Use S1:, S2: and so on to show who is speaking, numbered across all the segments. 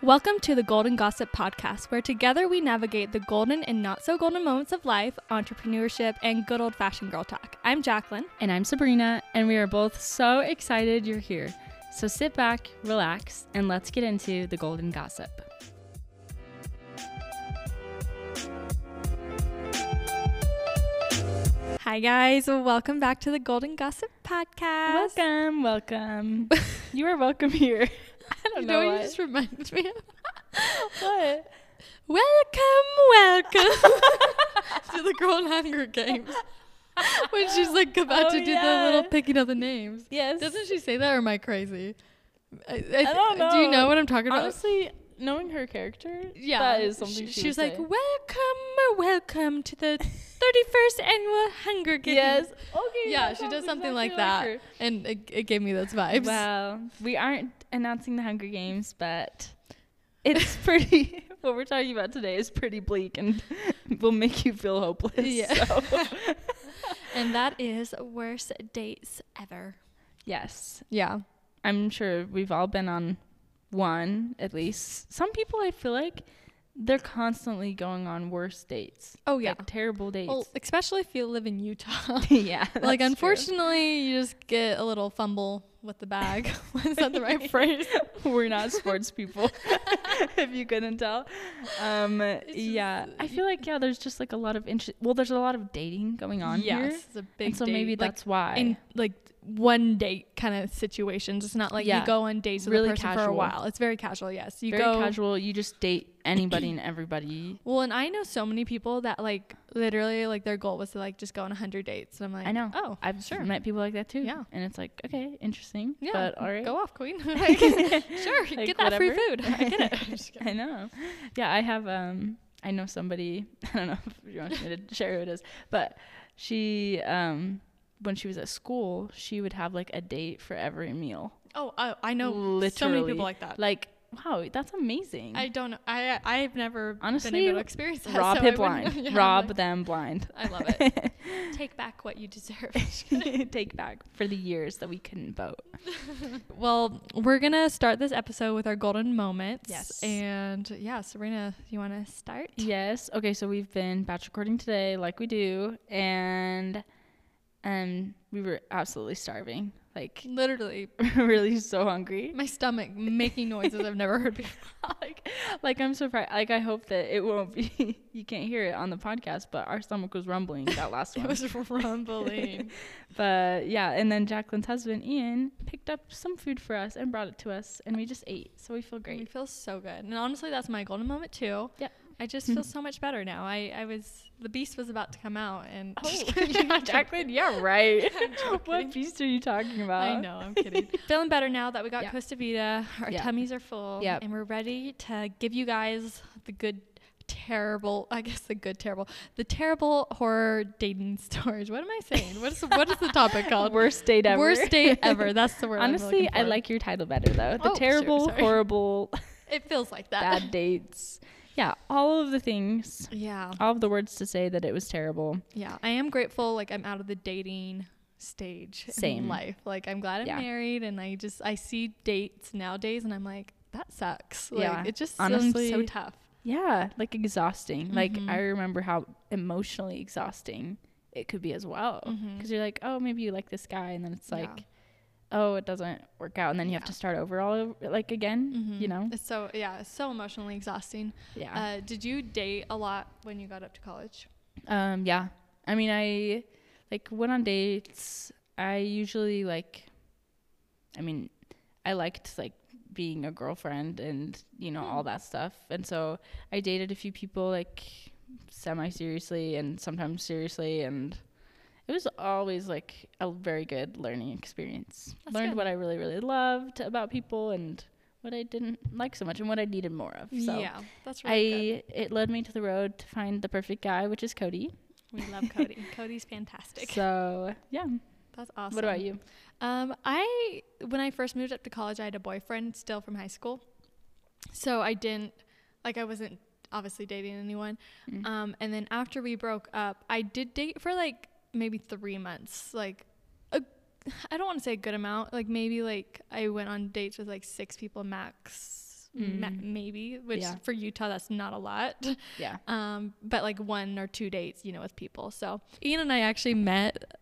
S1: Welcome to the Golden Gossip Podcast, where together we navigate the golden and not so golden moments of life, entrepreneurship, and good old fashioned girl talk. I'm Jacqueline.
S2: And I'm Sabrina, and we are both so excited you're here. So sit back, relax, and let's get into the golden gossip.
S1: Hi, guys. Welcome back to the Golden Gossip Podcast.
S2: Welcome, welcome. you are welcome here. I don't
S1: You
S2: know,
S1: know what
S2: what.
S1: you just reminded me of?
S2: what?
S1: Welcome, welcome to the Girl in Hunger Games. When she's like about
S2: Oh,
S1: to do
S2: yeah.
S1: the little picking of the names.
S2: Yes.
S1: Doesn't she say that or am I crazy? I,
S2: don't
S1: Do you
S2: know.
S1: know what I'm talking about?
S2: Honestly, knowing her character,
S1: Yeah,
S2: that is something
S1: sh-
S2: she,
S1: was
S2: would
S1: like,
S2: say.
S1: "Welcome, welcome to the 31st annual Hunger Games."
S2: Yes. Okay.
S1: Yeah,
S2: that
S1: she does
S2: sounds
S1: something like
S2: exactly
S1: that,
S2: her.
S1: and it, it gave me those vibes.
S2: Well, we aren't announcing the Hunger Games, but it's pretty. what we're talking about today is pretty bleak and will make you feel hopeless.
S1: Yeah.
S2: so.
S1: And that is worst dates ever.
S2: yes,
S1: Yeah.
S2: I'm sure we've all been on one at least. Some people, I feel like, they're constantly going on worse dates.
S1: Oh yeah.
S2: Like terrible dates.
S1: Well, especially if you live in Utah.
S2: yeah.
S1: like,
S2: that's true.
S1: unfortunately, you just get a little fumble with the bag. Is that the right phrase?
S2: We're not sports people, if you couldn't tell. Um, yeah,
S1: just-
S2: I feel like yeah, there's just like a lot of interest. Well, there's a lot of dating going on
S1: yes,
S2: here,
S1: it's a big.
S2: and so maybe
S1: date, like,
S2: that's why.
S1: in like one date kind of situations. It's not like you
S2: Yeah.
S1: go on dates with
S2: Really
S1: a person for a
S2: casual.
S1: while. It's very casual. Yes, you
S2: Very
S1: go.
S2: casual. You just date anybody and everybody.
S1: Well, and I know so many people that like literally like their goal was to like just go on 100 dates, and I'm like,
S2: I know.
S1: Oh,
S2: I've
S1: sure.
S2: met people like that too.
S1: Yeah.
S2: and it's like okay, interesting.
S1: yeah,
S2: but all right.
S1: go off, queen. Like, sure,
S2: Like,
S1: get that free
S2: whatever.
S1: food. I get it. I'm just kidding.
S2: I know. Yeah, I have. Um, I know somebody. I don't know if you want me to share who it is, but she, um, when she was at school, she would have like a date for every meal.
S1: oh, I, I know so many
S2: Literally.
S1: people like that.
S2: Like, wow, that's amazing.
S1: I don't. know. I I've never been
S2: Honestly,
S1: able to experience that.
S2: Rob
S1: so I
S2: it
S1: wouldn't-
S2: blind.
S1: Yeah, I'm
S2: Rob
S1: like,
S2: them blind.
S1: I love it. Take back what you deserve.
S2: Take back for the years that we couldn't vote.
S1: Well, we're gonna start this episode with our golden moments.
S2: Yes.
S1: And yeah, Serena, you wanna start?
S2: Yes. Okay, so we've been batch recording today like we do and um we were absolutely starving. Like
S1: Literally,
S2: really so hungry.
S1: my stomach making noises I've never heard before.
S2: like like I'm surprised like I hope that it won't be you can't hear it on the podcast, but our stomach was rumbling that last
S1: It
S2: one.
S1: was rumbling.
S2: but yeah, and then Jacqueline's husband Ian picked up some food for us and brought it to us and we just ate. So we feel
S1: It
S2: great.
S1: feels so good. And honestly, that's my golden moment too.
S2: Yep. Mm.
S1: I just feel so much better now. I, I was the beast was about to come out and
S2: Jacqueline, yeah, right.
S1: I'm joking.
S2: Oh. what feast are you talking about?
S1: I know, I'm kidding. Feeling better now that we got
S2: Yeah.
S1: Costa Vida. Our
S2: Yeah.
S1: tummies are full.
S2: Yep.
S1: And we're ready to give you guys the good, terrible, I guess the good, terrible, the terrible horror dating stories. What am I saying? What is, what is the topic called?
S2: Worst date ever.
S1: Worst date ever. That's the word. I'm
S2: Honestly,
S1: looking
S2: I
S1: for.
S2: like your title better though. The
S1: Oh, sure,
S2: terrible,
S1: sorry.
S2: horrible,
S1: It feels like that.
S2: bad dates. Yeah, all of the things,
S1: Yeah.
S2: all of the words to say that it was terrible.
S1: Yeah. I am grateful. Like, I'm out of the dating stage in
S2: Same.
S1: life. Like, I'm glad I'm
S2: Yeah.
S1: married. And I just, I see dates nowadays and I'm like, that sucks. Like,
S2: Yeah.
S1: It just seems so
S2: Honestly,
S1: tough.
S2: Yeah, like exhausting. Like
S1: Mhm.
S2: I remember how emotionally exhausting it could be as well.
S1: Mhm.
S2: Because you're like, oh, maybe you like this guy, and then it's
S1: Yeah.
S2: like, oh, it doesn't work out, and then you have
S1: Yeah.
S2: to start over all over, like again. You
S1: Mhm.
S2: know?
S1: It's so yeah, it's so emotionally exhausting.
S2: Yeah.
S1: Uh, did you date a lot when you got up to college?
S2: um. Yeah. I mean, I like went on dates. I usually like. I mean, I liked like being a girlfriend and you know
S1: Hmm.
S2: all that stuff, and so I dated a few people like semi seriously and sometimes seriously and it was always like a very good learning experience.
S1: That's
S2: Learned
S1: good.
S2: what I really really loved about people and what I didn't like so much and what I needed more of. So
S1: yeah, that's really
S2: I it led me to the road to find the perfect guy, which is Cody.
S1: good. We love Cody. Cody's fantastic.
S2: So yeah,
S1: that's awesome.
S2: what about you?
S1: Um, I when I first moved up to college, I had a boyfriend still from high school, so I didn't like I wasn't obviously dating anyone.
S2: Mm.
S1: Um, and then after we broke up, I did date for like maybe three months. Like, a, I don't want to say a good amount. Like maybe like I went on dates with like six people max. ma- maybe, which
S2: Yeah.
S1: for Utah, that's not a lot.
S2: Yeah.
S1: um, but like one or two dates, you know, with people. So Ian and I actually met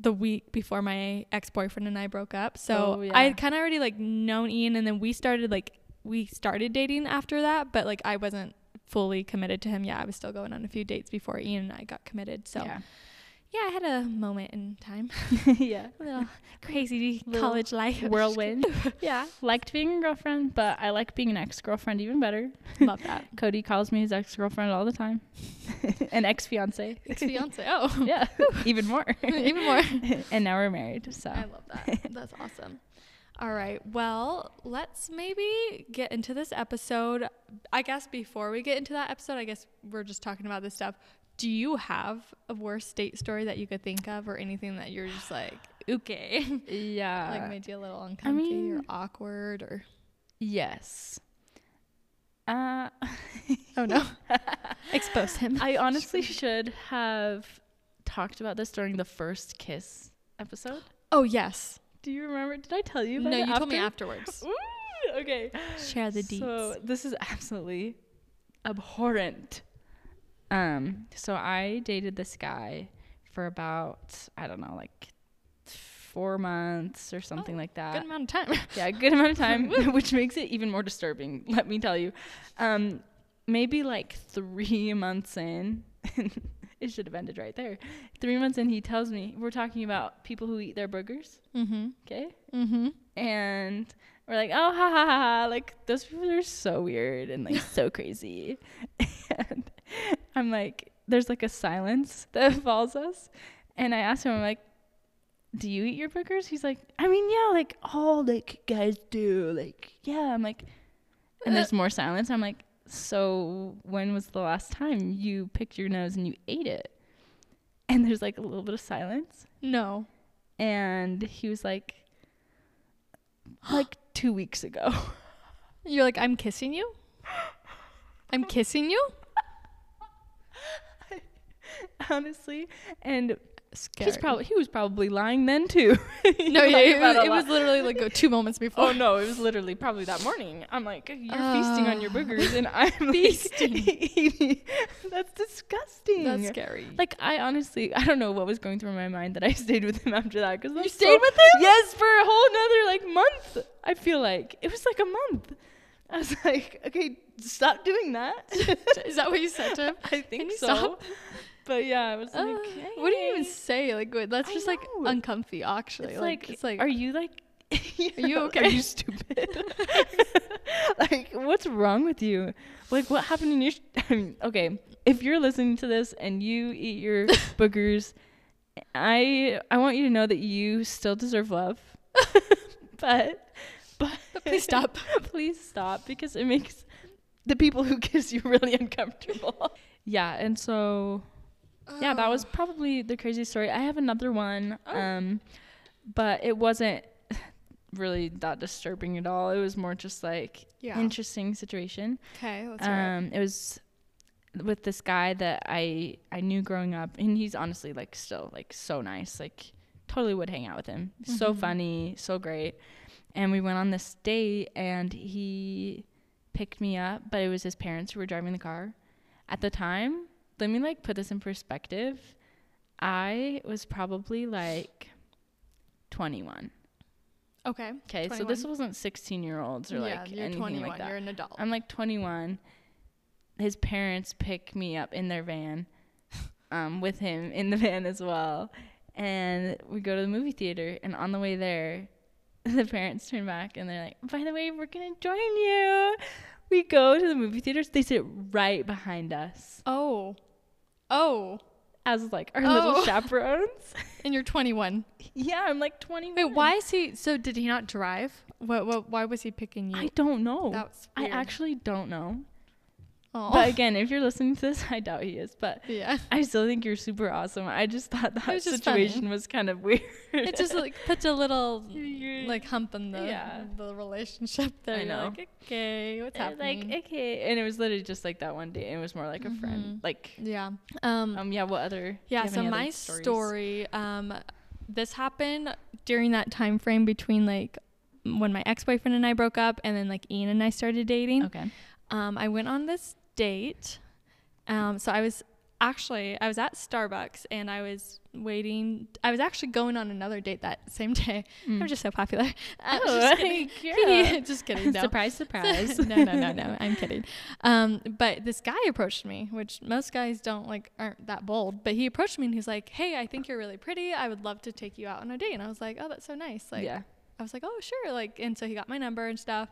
S1: the week before my ex boyfriend and I broke up. So
S2: Oh, yeah.
S1: I had kind of already like known Ian, and then we started like we started dating after that, but like I wasn't fully committed to him. Yeah, I was still going on a few dates before Ian and I got committed. So yeah,
S2: Yeah.
S1: I had a moment in time,
S2: yeah.
S1: a little crazy
S2: Little
S1: college life
S2: Whirlwind.
S1: yeah,
S2: Liked being a girlfriend, but I like being an ex girlfriend even better.
S1: love that.
S2: Cody calls me his ex girlfriend all the time, an ex fiance.
S1: Ex fiance. Oh,
S2: Yeah, even more.
S1: even more.
S2: and now we're married. So
S1: I love that. That's awesome. All right. Well, let's maybe get into this episode. I guess before we get into that episode, I guess we're just talking about this stuff. Do you have a worst date story that you could think of or anything that you're just like, okay?
S2: yeah.
S1: like made you a little uncomfy or
S2: Uh, mean-
S1: awkward or
S2: yes. Uh,
S1: Oh no. Expose him.
S2: I honestly should have talked about this during the first kiss episode.
S1: Oh yes.
S2: Do you remember? Did I tell you? About
S1: No, you
S2: it
S1: told me
S2: after?
S1: afterwards.
S2: Ooh, okay.
S1: Share the deets.
S2: So this is absolutely abhorrent. Um, so I dated this guy for about I don't know, like four months or something like
S1: Oh, Good
S2: that.
S1: amount of time.
S2: yeah, a good amount of time, which makes it even more disturbing. Let me tell you, um, maybe like three months in. It should have ended right there. Three months in, he tells me we're talking about people who eat their burgers.
S1: mm-hmm.
S2: Okay,
S1: Mm-hmm.
S2: and we're like, oh, ha ha ha, ha. like those people are so weird and like so crazy. And I'm like, there's like a silence that falls us, and I asked him, I'm like, do you eat your burgers? He's like, I mean, yeah, like all like guys do, like yeah. I'm like, and there's more silence. I'm like, so when was the last time you picked your nose and you ate it? And there's like a little bit of silence
S1: No.
S2: and he was like like two weeks ago
S1: You're like, I'm kissing you? I'm kissing you?
S2: honestly and
S1: Scary.
S2: he's probably he was probably lying then too
S1: No, yeah, it was, it was literally
S2: literally
S1: like uh, two moments before.
S2: oh no it was literally probably that morning i'm like you're feasting on your
S1: Ah.
S2: burgers and i'm
S1: Feasting.
S2: like, eating. that's disgusting
S1: That's scary.
S2: like I honestly, I don't know what was going through my mind that I stayed with him after that. Cause that's
S1: stayed with him?
S2: Yes, for a whole another like month. I feel like it was like a month. I was like, okay, stop doing that.
S1: is that what you said to him?
S2: I think
S1: Can you
S2: so.
S1: stop?
S2: But yeah, I was
S1: Uh,
S2: like,
S1: What do you even
S2: okay.
S1: say? Like, what- that's
S2: I
S1: just like
S2: know.
S1: uncomfy, actually.
S2: It's like,
S1: it's like,
S2: are you like?
S1: Are you
S2: Are
S1: okay?
S2: you stupid? like, what's wrong with you? Like, what happened in your? Sh- I mean, okay, if you're listening to this and you eat your boogers, I I want you to know that you still deserve love, but but
S1: please stop.
S2: please stop because it makes the people who kiss you really uncomfortable. yeah, and so yeah, that was probably the craziest story. I have another one,
S1: Oh.
S2: um, but it wasn't really that disturbing at all. It was more just like
S1: Yeah.
S2: interesting situation.
S1: Okay, let's hear
S2: Um, it was with this guy that I I knew growing up, and he's honestly like still like so nice. Like totally would hang out with him. So
S1: Mhm.
S2: funny, so great. And we went on this date, and he picked me up, but it was his parents who were driving the car. At the time, let me like put this in perspective. I was probably like 21.
S1: it. Okay.
S2: Okay, so this wasn't 16 year olds or
S1: yeah,
S2: like
S1: you're
S2: anything
S1: 21.
S2: like that. Um,
S1: you're an adult.
S2: I'm like 21. His parents pick me up in their van, um, with him in the van as well, and we go to the movie theater. And on the way there, the parents turn back and they're like, "By the way, we're gonna join you." We go to the movie theaters. They sit right behind us
S1: oh. Oh.
S2: as like our
S1: Oh.
S2: little chaperones.
S1: And you're 21.
S2: yeah, I'm like 21.
S1: Wait, why is he? So did he not drive? What? What? Why was he picking you?
S2: I don't know.
S1: That's
S2: I
S1: weird.
S2: actually don't know.
S1: oh.
S2: But again, if you're listening to this, I doubt he is. But
S1: yeah.
S2: I still think you're super awesome. I just thought that
S1: was just
S2: situation was kind of weird.
S1: It just like puts a little like hump in the
S2: Yeah.
S1: the relationship there.
S2: I
S1: You're
S2: know.
S1: Like, okay, what's
S2: I was like
S1: happening?
S2: okay, and it was literally just like that one day. and It was more like a friend. Like
S1: yeah. Um.
S2: um yeah, what other?
S1: Mm-hmm. yeah.
S2: do you have
S1: So
S2: any other
S1: my
S2: stories?
S1: story. Um. This happened during that time frame between like when my ex-boyfriend and I broke up and then like Ian and I started dating.
S2: Okay.
S1: Um, I went on this date. Um, so I was actually I was at Starbucks and I was waiting. I was actually going on another date that same day. I'm just so popular. Uh,
S2: Mm. Oh,
S1: just kidding.
S2: girl.
S1: just kidding. No.
S2: Surprise, surprise.
S1: no, no, no, no. I'm kidding. Um, but this guy approached me, which most guys don't like aren't that bold. But he approached me and he's like, "Hey, I think you're really pretty. I would love to take you out on a date." And I was like, "Oh, that's so nice." Like,
S2: Yeah.
S1: I was like, "Oh, sure." Like, and so he got my number and stuff.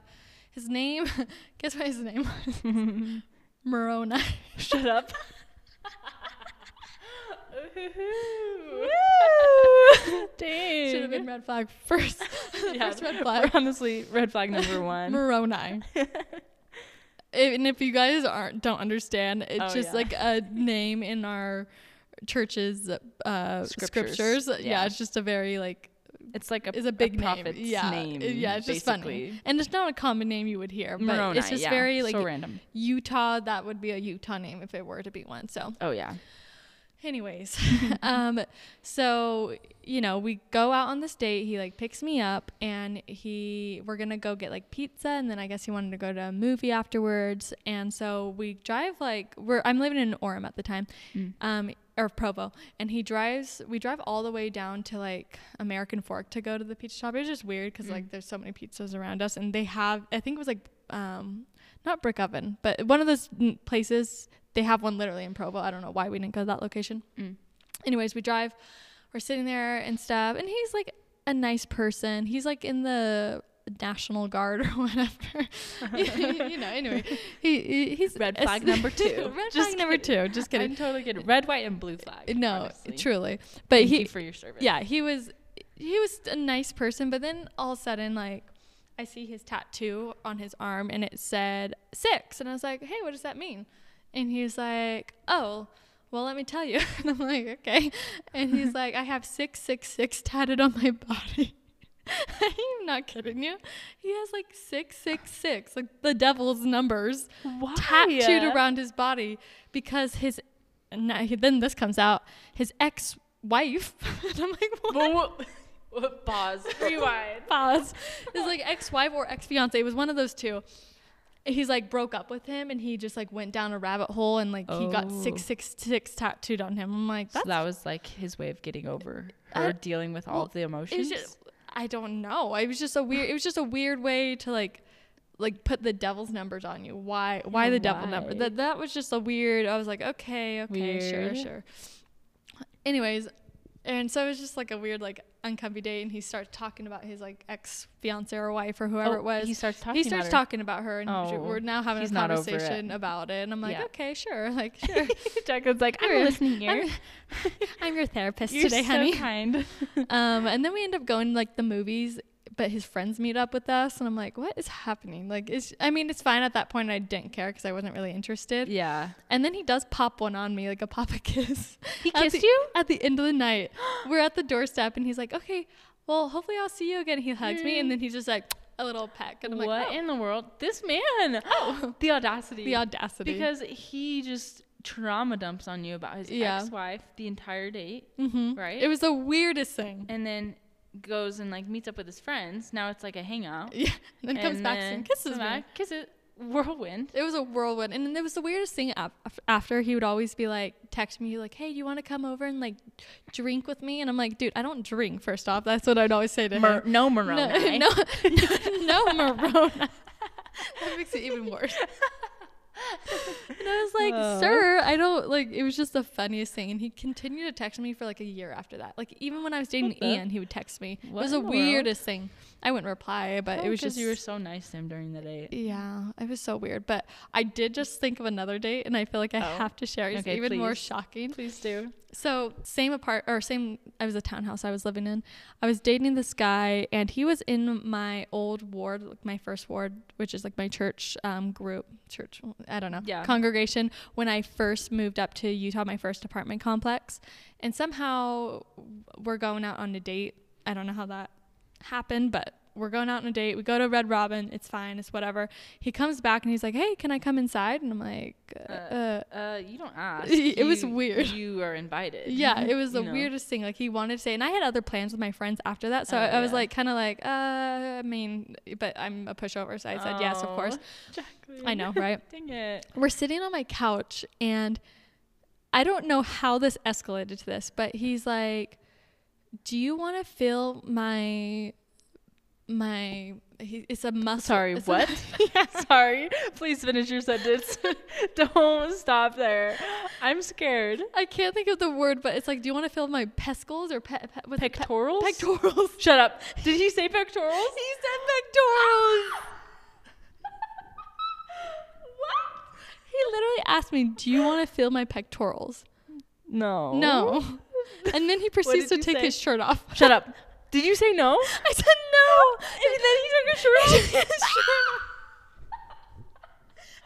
S1: His name, guess what his name was? Moroni.
S2: Shut up. Dang.
S1: Should have been red flag first.
S2: Yeah,
S1: first red flag.
S2: Honestly, red flag number one.
S1: Moroni. and if you guys aren't don't understand, it's
S2: Oh,
S1: just
S2: yeah.
S1: like a name in our church's uh,
S2: Scriptures.
S1: scriptures. Yeah.
S2: Yeah.
S1: it's just a very like
S2: It's like a
S1: is a big name.
S2: prophet's
S1: Yeah,
S2: name.
S1: it- yeah, it's just
S2: basically.
S1: funny, and it's not a common name you would hear, but
S2: Moroni,
S1: it's just
S2: yeah,
S1: very like
S2: so random.
S1: Utah. That would be a Utah name if it were to be one. So
S2: Oh yeah.
S1: anyways um so you know we go out on this date he like picks me up and he we're gonna go get like pizza and then i guess he wanted to go to a movie afterwards and so we drive like we're i'm living in orem at the time
S2: Mm.
S1: um or provo and he drives we drive all the way down to like american fork to go to the pizza shop it was just weird because like there's so many pizzas around us and they have i think it was like um not brick oven but one of those mm, places they have one literally in Provo. I don't know why we didn't go to that location. Anyways, we drive, we're sitting there and stuff, and he's like a nice person. He's like in the National Guard or whatever. you, you know, anyway, he, he- he's
S2: Red flag number two.
S1: red
S2: Just
S1: flag number two. Just kidding. Uh,
S2: I'm totally kidding. Red, white, and blue flag.
S1: no,
S2: honestly.
S1: truly. But
S2: Thank
S1: he
S2: you for your service.
S1: yeah, he was he was a nice person, but then all of a sudden, like I see his tattoo on his arm and it said six, and I was like, hey, what does that mean? And he was like, oh. Well, let me tell you. And I'm like, okay. And he's like, I have 666 tatted on my body. I'm not kidding you. He has like 666, like the devil's numbers
S2: Why?
S1: tattooed around his body because his and now he- then this comes out his ex wife and I'm like what?
S2: Pause. Rewind.
S1: Pause. It's like ex wife or ex fiance. It was one of those two. He's like broke up with him and he just like went down a rabbit hole and like he got
S2: Oh.
S1: six six six tattooed on him. I'm like
S2: So
S1: that's
S2: that was like his way of getting over
S1: I-
S2: her dealing with all
S1: well,
S2: of the
S1: it was
S2: emotions.
S1: just I don't know. It was just a weird it was just a weird way to like like put the devil's numbers on you. Why why the devil number?
S2: Why?
S1: That that was just a weird I was like, okay, okay, sure,
S2: Weird.
S1: sure. Anyways, and so it was just like a weird, like uncomfy date, and he starts talking about his like ex fiance or wife or whoever
S2: Oh,
S1: it was.
S2: he starts talking
S1: He
S2: about
S1: starts
S2: her.
S1: talking about her, and
S2: Oh,
S1: we're now having a
S2: he's not over it.
S1: conversation about it. And I'm like,
S2: Yeah.
S1: okay, sure, like sure.
S2: Jacqueline's like, I'm a
S1: You're-
S2: listening ear.
S1: I'm, I'm your therapist
S2: You're
S1: today,
S2: so
S1: honey
S2: kind.
S1: um, and then we end up going to, like the movies, but his friends meet up with us, and I'm like, what is happening? Like, it's, I mean, it's fine at that point. I didn't care because I wasn't really interested.
S2: yeah.
S1: And then he does pop one on me, like a pop a kiss.
S2: He
S1: At
S2: kissed
S1: the-
S2: you?
S1: at the end of the night. We're at the doorstep, and he's like, okay, well, hopefully I'll see you again. He hugs me, and then he's just like a little peck, and I'm
S2: what
S1: like, oh,
S2: in the world? This man. Oh, the audacity.
S1: the audacity.
S2: Because he just trauma dumps on you about his
S1: Yeah.
S2: ex-wife the entire date,
S1: Mhm.
S2: right?
S1: it was the weirdest thing.
S2: and then goes and like meets up with his friends. Now it's like a hangout.
S1: Yeah, and then comes back
S2: then
S1: and kisses
S2: comes
S1: me.
S2: back, Kisses. Whirlwind.
S1: It was a whirlwind, and then it was the weirdest thing. af- af- After he would always be like, text me like, "Hey, do you want to come over and like drink with me?" And I'm like, "Dude, I don't drink." First off, that's what I'd always say to
S2: Mer-
S1: him.
S2: no
S1: No,
S2: Moroni.
S1: no, no, no Marona. That makes it even worse. And I was like,
S2: Oh.
S1: "Sir, I don't like." It was just the funniest thing, and he continued to text me for like a year after that. Like even when I was dating
S2: What the-
S1: Ian, he would text me.
S2: What
S1: it was
S2: in
S1: the
S2: the world? Oh,
S1: weirdest thing. I wouldn't reply, but it was just
S2: you were so nice to him during the date.
S1: Yeah, it was so weird. But I did just think of another date, and I feel like I
S2: Oh.
S1: have to share. It's
S2: Okay,
S1: even more
S2: please.
S1: shocking.
S2: Please do.
S1: So same apart or same. I was a townhouse I was living in. I was dating this guy, and he was in my old ward, like my first ward, which is like my church um, group, church. I don't know,
S2: Yeah.
S1: congregation. When I first moved up to Utah, my first apartment complex, and somehow we're going out on a date. I don't know how that happened, but we're going out on a date. We go to Red Robin. It's fine. It's whatever. He comes back and he's like, "Hey, can I come inside?" And I'm like, uh, uh,
S2: Uh, you don't ask.
S1: It was
S2: You-
S1: weird.
S2: You are invited.
S1: yeah, it was the
S2: Mm-hmm. you know?
S1: weirdest thing. Like he wanted to say, and I had other plans with my friends after that, so
S2: Oh,
S1: I, I was
S2: yeah.
S1: like, kind of like, uh, I mean, but I'm a pushover, so I said yes, of
S2: Oh,
S1: course.
S2: Jacqueline.
S1: I know, right?
S2: Dang it.
S1: We're sitting on my couch, and I don't know how this escalated to this, but he's like, "Do you want to feel my my?" He, it's a muscle.
S2: Sorry,
S1: it's a-
S2: what? Sorry. Please finish your sentence. don't stop there. I'm scared.
S1: I can't think of the word, but it's like, do you want to feel my pescals or pe- pe- with
S2: Pectorals?
S1: pectorals?
S2: Shut up. Did he say pectorals?
S1: He said pectorals.
S2: what?
S1: He literally asked me, "Do you want to feel my pectorals?"
S2: No.
S1: No. And then he proceeds to
S2: Oh. did you
S1: take
S2: say?
S1: his shirt off.
S2: Shut up. Did you say no?
S1: I said no.
S2: And then he took his shirt off.
S1: His shirt off.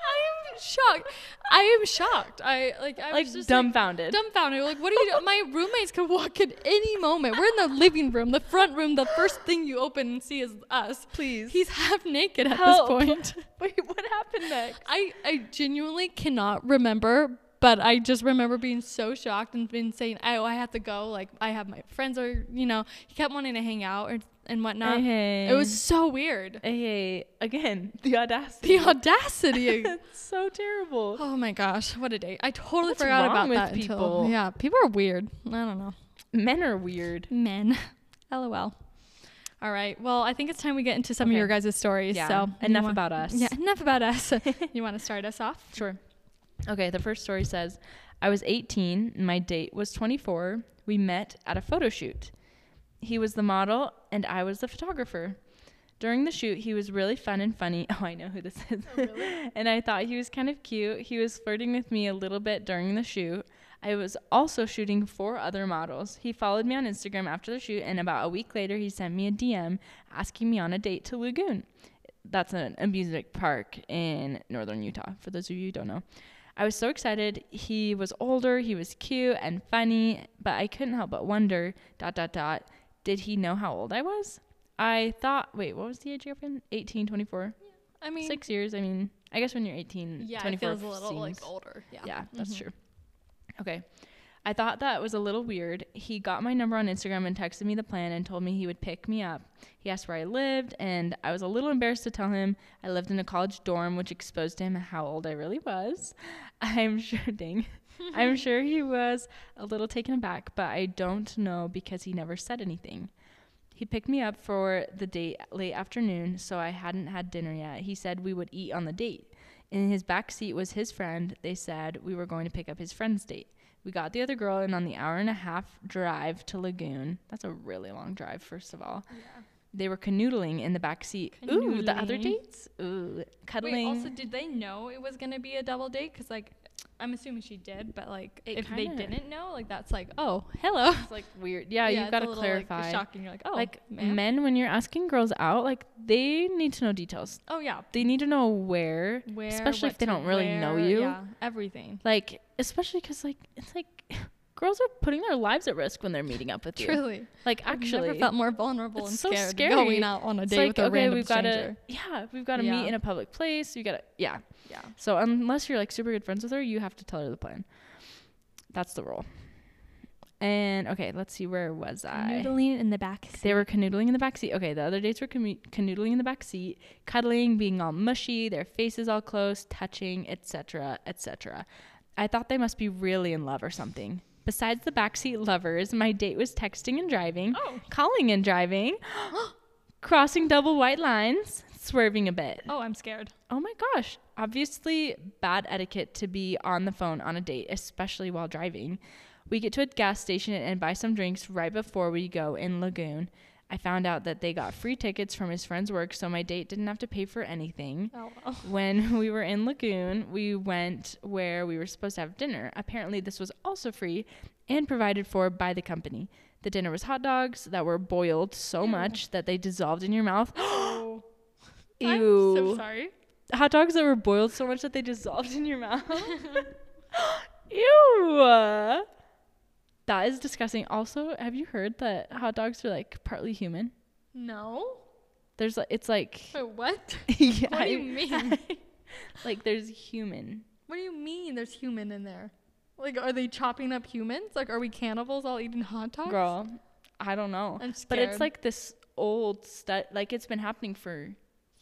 S1: I am shocked. I am shocked. I like I was
S2: like
S1: just like,
S2: dumbfounded.
S1: dumbfounded. Like, what are you doing? My roommates could walk in any moment. We're in the living room, the front room. The first thing you open and see is us.
S2: Please.
S1: He's half naked at
S2: Help.
S1: this point.
S2: Wait, what happened next?
S1: I, I genuinely cannot remember, but I just remember being so shocked and been saying, "Oh, I have to go. Like, I have my friends are, you know." He kept wanting to hang out and and whatnot.
S2: Hey,
S1: It was so weird.
S2: Hey, again, the audacity.
S1: The audacity.
S2: It's so terrible.
S1: oh my gosh, what a date! I totally
S2: What's
S1: forgot
S2: wrong
S1: about
S2: with
S1: that. until-
S2: people?
S1: yeah, people are weird. I don't know.
S2: Men are weird.
S1: Men, lol. All right. Well, I think it's time we get into some of
S2: Okay.
S1: your guys' stories.
S2: Yeah,
S1: So you
S2: enough
S1: wa-
S2: about us.
S1: Yeah, enough about us. you want to start us off?
S2: Sure. Okay, the first story says I was 18, and my date was 24. We met at a photo shoot. He was the model, and I was the photographer. During the shoot, he was really fun and funny. Oh, I know who this is. and I thought he was kind of cute. He was flirting with me a little bit during the shoot. I was also shooting four other models. He followed me on Instagram after the shoot, and about a week later, he sent me a DM asking me on a date to Lagoon. That's an amusement park in northern Utah, for those of you who don't know. I was so excited. He was older, he was cute and funny, but I couldn't help but wonder dot dot dot did he know how old I was? I thought, wait, what was the age gap again? 18, 24?
S1: I mean,
S2: Six years. I mean, I guess when you're 18,
S1: yeah, it
S2: 24
S1: feels a little
S2: seems-
S1: like older. Yeah.
S2: yeah, that's true. Okay. I thought that was a little weird. He got my number on Instagram and texted me the plan and told me he would pick me up. He asked where I lived, and I was a little embarrassed to tell him I lived in a college dorm, which exposed to him how old I really was. I'm sure, dang. I'm sure he was a little taken aback, but I don't know because he never said anything. He picked me up for the date late afternoon, so I hadn't had dinner yet. He said we would eat on the date. In his back seat was his friend. They said we were going to pick up his friend's date. We got the other girl, and on the hour and a half drive to Lagoon, that's a really long drive, first of all. They were canoodling in the back seat. Ooh, the other
S1: Canoodling.
S2: dates? Ooh, cuddling.
S1: Wait, also, did they know it was gonna be a double date? Because like, I'm assuming she did, but like,
S2: It
S1: if
S2: kinda-
S1: they didn't know, like that's like, oh, hello.
S2: it's like weird. Yeah,
S1: it's
S2: you've
S1: a
S2: got to
S1: little, like,
S2: clarify.
S1: shocking. You're like, oh,
S2: like
S1: ma'am?
S2: men, when you're asking girls out, like they need to know details.
S1: Oh yeah.
S2: They need to know where,
S1: Where,
S2: especially if
S1: what
S2: they
S1: to
S2: don't really know
S1: wear,
S2: you.
S1: Yeah, everything.
S2: Like, especially because like it's like girls are putting their lives at risk when they're meeting up with you.
S1: Truly,
S2: Like
S1: I've
S2: actually,
S1: never felt more vulnerable
S2: It's
S1: and
S2: so
S1: scared
S2: scary.
S1: going out on a
S2: it's
S1: date
S2: like
S1: with a
S2: okay,
S1: random
S2: we've got to
S1: stranger.
S2: yeah, we've got to
S1: Yeah.
S2: meet in a public place. You gotta yeah.
S1: Yeah.
S2: So unless you're like super good friends with her, you have to tell her the plan. That's the rule. And okay, let's see where was I?
S1: in the back.
S2: They were canoodling in the back seat. Okay, the other dates were commu- canoodling in the back seat, cuddling, being all mushy, their faces all close, touching, etc., etc. I thought they must be really in love or something. Besides the backseat lovers, my date was texting and driving,
S1: Oh.
S2: calling and driving, crossing double white lines, swerving a bit.
S1: Oh, I'm scared.
S2: Oh my gosh. Obviously, bad etiquette to be on the phone on a date, especially while driving. We get to a gas station and buy some drinks right before we go in Lagoon. I found out that they got free tickets from his friend's work, so my date didn't have to pay for anything.
S1: Oh, well.
S2: When we were in Lagoon, we went where we were supposed to have dinner. Apparently, this was also free and provided for by the company. The dinner was hot dogs that were boiled so much that they dissolved in your mouth.
S1: Oh. I'm
S2: Ew
S1: so sorry.
S2: hot dogs that were boiled so much that they dissolved in your mouth. Ew. That is disgusting. Also, have you heard that hot dogs are like partly human?
S1: No.
S2: There's like it's like
S1: Wait, what?
S2: yeah,
S1: What do you
S2: I-
S1: mean?
S2: like there's human.
S1: What do you mean there's human in there? Like, are they chopping up humans? Like, are we cannibals all eating hot dogs?
S2: Girl, I don't know.
S1: I'm
S2: But
S1: scared.
S2: it's like this old stuff. Like it's been happening for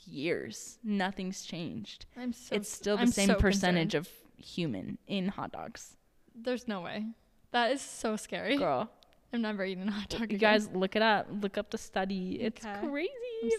S2: years. Nothing's changed.
S1: I'm so.
S2: it's still the
S1: I'm
S2: same
S1: so
S2: percentage
S1: concerned.
S2: of human in hot dogs.
S1: There's no way. That is so scary.
S2: Girl,
S1: I'm never eating a hot dog.
S2: you
S1: again.
S2: guys look it up. Look up the study. It's
S1: Okay. I'm
S2: crazy.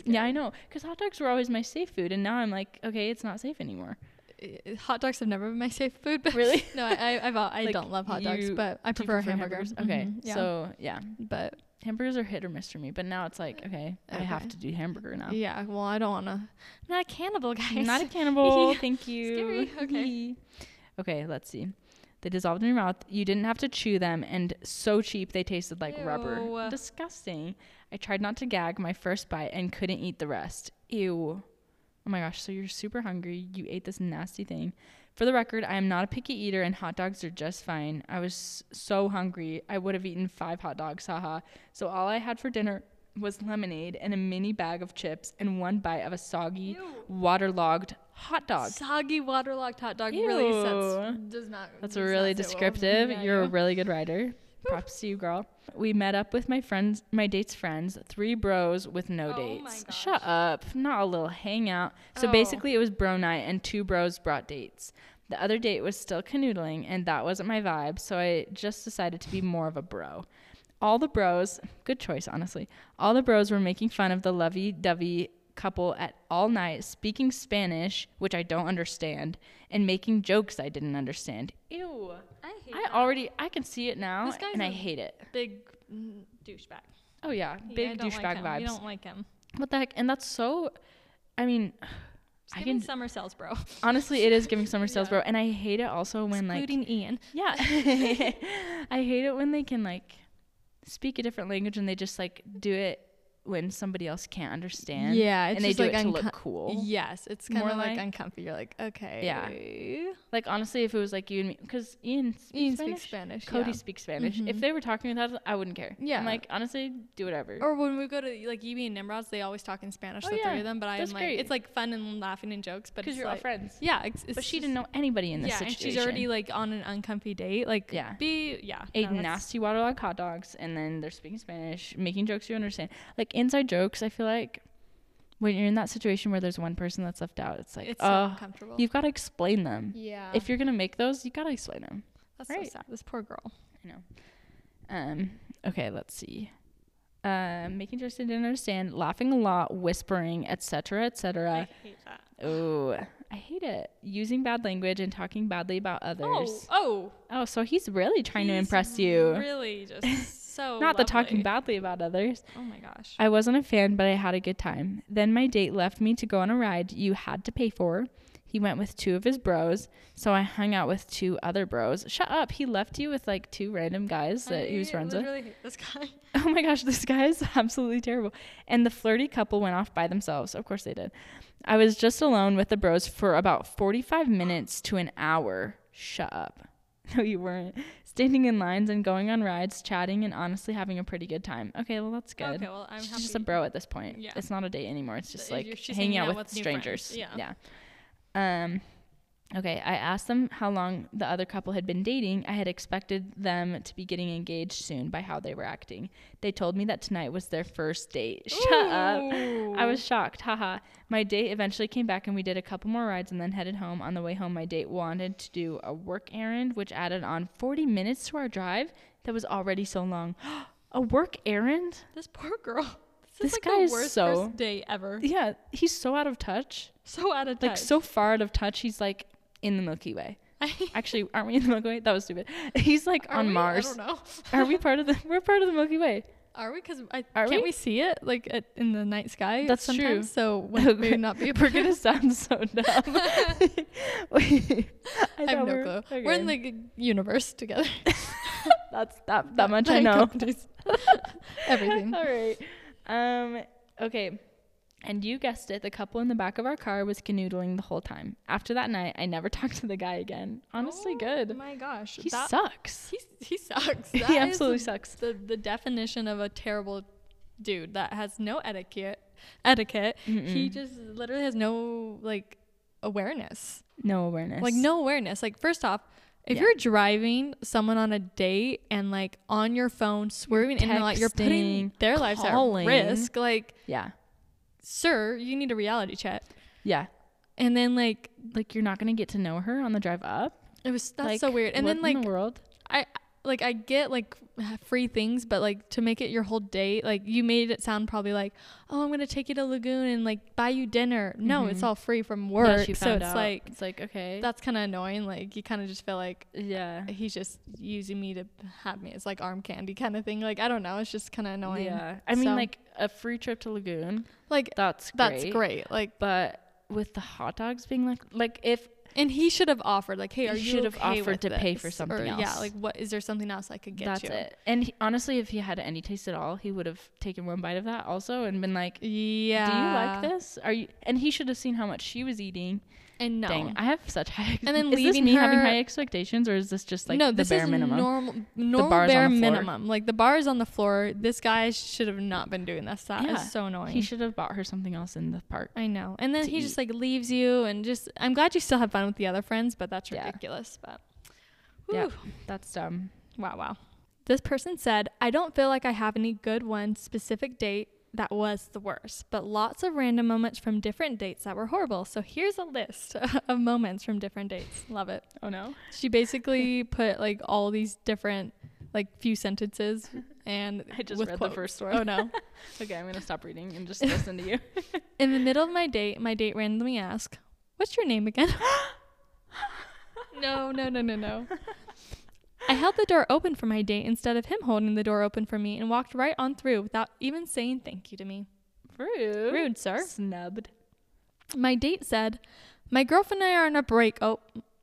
S2: Yeah, I
S1: scared.
S2: know. Because hot dogs were always my safe food, and now I'm like, okay, it's not safe anymore.
S1: Uh, hot dogs have never been my safe food. But
S2: Really?
S1: no, I I, I've, al- I
S2: Like,
S1: don't love hot dogs,
S2: you-
S1: but I
S2: Do you
S1: prefer, hamburgers.
S2: Okay,
S1: Mhm, yeah.
S2: so yeah,
S1: but
S2: hamburgers are hit or miss for me. But now it's like, okay, I have
S1: Okay.
S2: to do hamburger now.
S1: yeah, well, I don't wanna. I'm not a cannibal, guys.
S2: Not a cannibal.
S1: Yeah.
S2: Thank you.
S1: Scary. Okay.
S2: okay, let's see. They dissolved in your mouth. You didn't have to chew them, and so cheap they tasted like rubber.
S1: Ew.
S2: Disgusting. I tried not to gag my first bite and couldn't eat the rest. Ew. Oh my gosh, so you're super hungry. You ate this nasty thing. For the record, I am not a picky eater and hot dogs are just fine. I was so hungry. I would have eaten five hot dogs, haha. So all I had for dinner was lemonade and a mini bag of chips and one bite of a soggy, waterlogged hot dog.
S1: Soggy, waterlogged hot dog really sets,
S2: Ew.
S1: does not.
S2: That's
S1: does not
S2: really
S1: sit well.
S2: descriptive.
S1: Yeah,
S2: You're a
S1: yeah.
S2: really good writer. Props to you, girl. We met up with my friends, my date's friends, three bros with no
S1: Oh my
S2: dates.
S1: gosh.
S2: Shut up. Not a little hangout. So
S1: Oh.
S2: basically, it was bro night, and two bros brought dates. The other date was still canoodling, and that wasn't my vibe, so I just decided to be more of a bro. All the bros, good choice, honestly. All the bros were making fun of the lovey dovey couple at all night, speaking Spanish, which I don't understand, and making jokes I didn't understand. Ew.
S1: I hate
S2: I already I can see it now
S1: This guy's
S2: and I
S1: a-
S2: hate it.
S1: big mm, douchebag.
S2: Oh
S1: Yeah,
S2: yeah,
S1: I
S2: big
S1: don't like
S2: douchebag
S1: him. You
S2: vibes.
S1: don't like him.
S2: What the heck? And that's so I mean,
S1: Just
S2: I
S1: give me
S2: can
S1: summer sales, bro.
S2: honestly it is giving summer sales,
S1: Yeah.
S2: bro, and I hate it also when like
S1: Including Ian.
S2: yeah. I hate it when they can like speak a different language and they just like do it when somebody else can't understand.
S1: Yeah, it's
S2: and they
S1: just
S2: do
S1: like
S2: it to
S1: unco-
S2: look cool.
S1: Yes, it's kind
S2: More
S1: of like,
S2: like-
S1: uncomfy. You're like, okay.
S2: Like honestly, if it was like you and me, because Ian speaks
S1: Ian
S2: Spanish,
S1: speaks Spanish.
S2: Cody
S1: yeah.
S2: speaks Spanish. If
S1: Mhm.
S2: they were talking without, us, I wouldn't care. I'm
S1: Yeah.
S2: like honestly, do whatever.
S1: Or when we go to like Yumi and Nimrod's, they always talk in Spanish,
S2: Oh,
S1: the
S2: yeah.
S1: three of them. But I'm
S2: That's
S1: like,
S2: great.
S1: it's like fun and laughing and jokes. But
S2: because
S1: it's
S2: you're all
S1: like,
S2: friends.
S1: yeah, it's, it's
S2: but she
S1: just-
S2: didn't know anybody in this
S1: yeah,
S2: situation.
S1: and she's already like on an uncomfy date. Like,
S2: Yeah.
S1: be yeah,
S2: ate
S1: no, that's-
S2: nasty waterlogged hot dogs, and then they're speaking Spanish, making jokes you understand. Like inside jokes, I feel like when you're in that situation where there's one person that's left out, it's like,
S1: It's so
S2: oh,
S1: uncomfortable.
S2: you've got to explain them.
S1: yeah,
S2: If you're gonna make those, you gotta explain them.
S1: that's
S2: right.
S1: so sad. This poor girl.
S2: I know. Um. Okay. Let's see. Um, making jokes I didn't understand, laughing a lot, whispering, etc., etc.
S1: hate that.
S2: Oh, I hate it. Using bad language and talking badly about
S1: Oh,
S2: others.
S1: oh,
S2: Oh, so he's really trying to
S1: he's
S2: impress you.
S1: Really, just so
S2: Not the talking
S1: lovely.
S2: badly about others.
S1: Oh my gosh.
S2: I wasn't a fan, but I had a good time. Then my date left me to go on a ride you had to pay for. He went with two of his bros, so I hung out with two other bros. Shut up. He left you with like two random guys that he was friends with.
S1: literally hate this guy.
S2: Oh my gosh, this guy is absolutely terrible. And the flirty couple went off by themselves. Of course they did. I was just alone with the bros for about 45 minutes to an hour. Shut up. No, you weren't. Standing in lines and going on rides, chatting, and honestly having a pretty good time. Okay, well, that's good.
S1: Okay, well, I'm
S2: She's
S1: happy.
S2: just a bro at this point.
S1: Yeah.
S2: It's not a date anymore. It's just
S1: If
S2: like
S1: you're- she's
S2: hanging out, with,
S1: new friends.
S2: strangers.
S1: Yeah.
S2: Yeah. Um okay, I asked them how long the other couple had been dating. I had expected them to be getting engaged soon by how they were acting. They told me that tonight was their first date. Shut up. I
S1: Ooh.
S2: was shocked. Haha. My date eventually came back and we did a couple more rides and then headed home. On the way home, my date wanted to do a work errand, which added on 40 minutes to our drive. That was already so long. a work errand?
S1: This poor girl.
S2: This
S1: This, is like
S2: guy
S1: the
S2: is
S1: worst
S2: so-
S1: first day ever.
S2: Yeah, he's so out of touch.
S1: So out of touch.
S2: Like so far out of touch, he's like in the Milky Way. Actually, aren't we in the Milky Way? That was stupid. He's like
S1: Are
S2: on
S1: we?
S2: Mars.
S1: I don't know.
S2: Are we part of the? We're part of the Milky Way.
S1: Are we? Because I
S2: Are
S1: can't we?
S2: we?
S1: see it like at, in the night sky.
S2: That's true.
S1: sometimes, So when
S2: Okay.
S1: we not be.
S2: We're gonna sound so dumb.
S1: I
S2: Wait, I
S1: have
S2: thought
S1: no
S2: we're-
S1: clue. We're in
S2: okay.
S1: the g- universe together.
S2: that's that that much I
S1: Nine
S2: know.
S1: companies. Everything.
S2: All right. Um. Okay. And you guessed it, the couple in the back of our car was canoodling the whole time. After that night, I never talked to the guy again. Honestly,
S1: Oh
S2: good.
S1: My gosh,
S2: He
S1: that,
S2: sucks.
S1: he he sucks. That
S2: he
S1: is
S2: absolutely sucks.
S1: the the definition of a terrible dude that has no etiquette. etiquette. He just literally has no like awareness.
S2: No awareness.
S1: Like no awareness. Like first off, if
S2: Yeah.
S1: you're driving someone on a date and like on your phone swerving in and out, you're putting
S2: texting,
S1: their lives
S2: calling.
S1: at risk. Like,
S2: Yeah.
S1: sir, you need a reality check.
S2: Yeah.
S1: And then like
S2: Like you're not gonna get to know her on the drive up.
S1: it was that's
S2: Like,
S1: so weird. And
S2: what
S1: then like
S2: in the world.
S1: I like I get like free things, but like to make it your whole date, like you made it sound probably like, oh, I'm gonna take you to Lagoon and like buy you dinner. No, it's all free from
S2: Yeah,
S1: work,
S2: she
S1: so
S2: Mm-hmm. found
S1: it's
S2: out.
S1: like
S2: it's like okay.
S1: that's kind of annoying. Like you kind of just feel like
S2: yeah.
S1: he's just using me to have me. It's like arm candy kind of thing. Like I don't know. It's just kind of annoying.
S2: Yeah. I mean
S1: So,
S2: like a free trip to Lagoon.
S1: like
S2: That's
S1: that's great. Like
S2: But with the hot dogs being like like if
S1: and he should have offered like, hey,
S2: He
S1: are you
S2: should have
S1: okay
S2: offered
S1: with
S2: to pay
S1: this?
S2: for something
S1: or, Yeah.
S2: else.
S1: Like what is there something else I could get
S2: that's
S1: you?
S2: it. And he, honestly if he had any taste at all, he would have taken one bite of that also and been like
S1: Yeah.
S2: Do you like this? Are you? And he should have seen how much she was eating.
S1: And no.
S2: Dang, I have such high. Ex-
S1: And then
S2: is this
S1: leaving
S2: me having
S1: her-
S2: high expectations, or is this just like
S1: no,
S2: the
S1: this
S2: bare
S1: is
S2: minimum?
S1: normal, normal
S2: bar's on
S1: bare
S2: the floor.
S1: minimum. Like the bar is on the floor. This guy should have not been doing this. That is so annoying.
S2: He should E. have bought her something else in the park.
S1: I know. And then
S2: to
S1: he just like leaves you and just. I'm glad you still had fun with the other friends, but that's
S2: Yeah.
S1: ridiculous. But
S2: Yeah,
S1: Whew.
S2: that's dumb.
S1: wow, wow. This person said, I don't feel like I have any good one specific date that was the worst, but lots of random moments from different dates that were horrible. So here's a list of moments from different dates. Love it.
S2: Oh no.
S1: She basically put like all these different like few sentences and
S2: I just
S1: with
S2: read
S1: quotes.
S2: the first one.
S1: Oh no.
S2: okay, I'm gonna stop reading and just listen to you.
S1: In the middle of my date, my date randomly asked, "What's your name again?" no, no, no, no, no. I held the door open for my date instead of him holding the door open for me and walked right on through without even saying thank you to me.
S2: Rude.
S1: Rude, sir.
S2: Snubbed.
S1: My date said, "My girlfriend and I are on a break.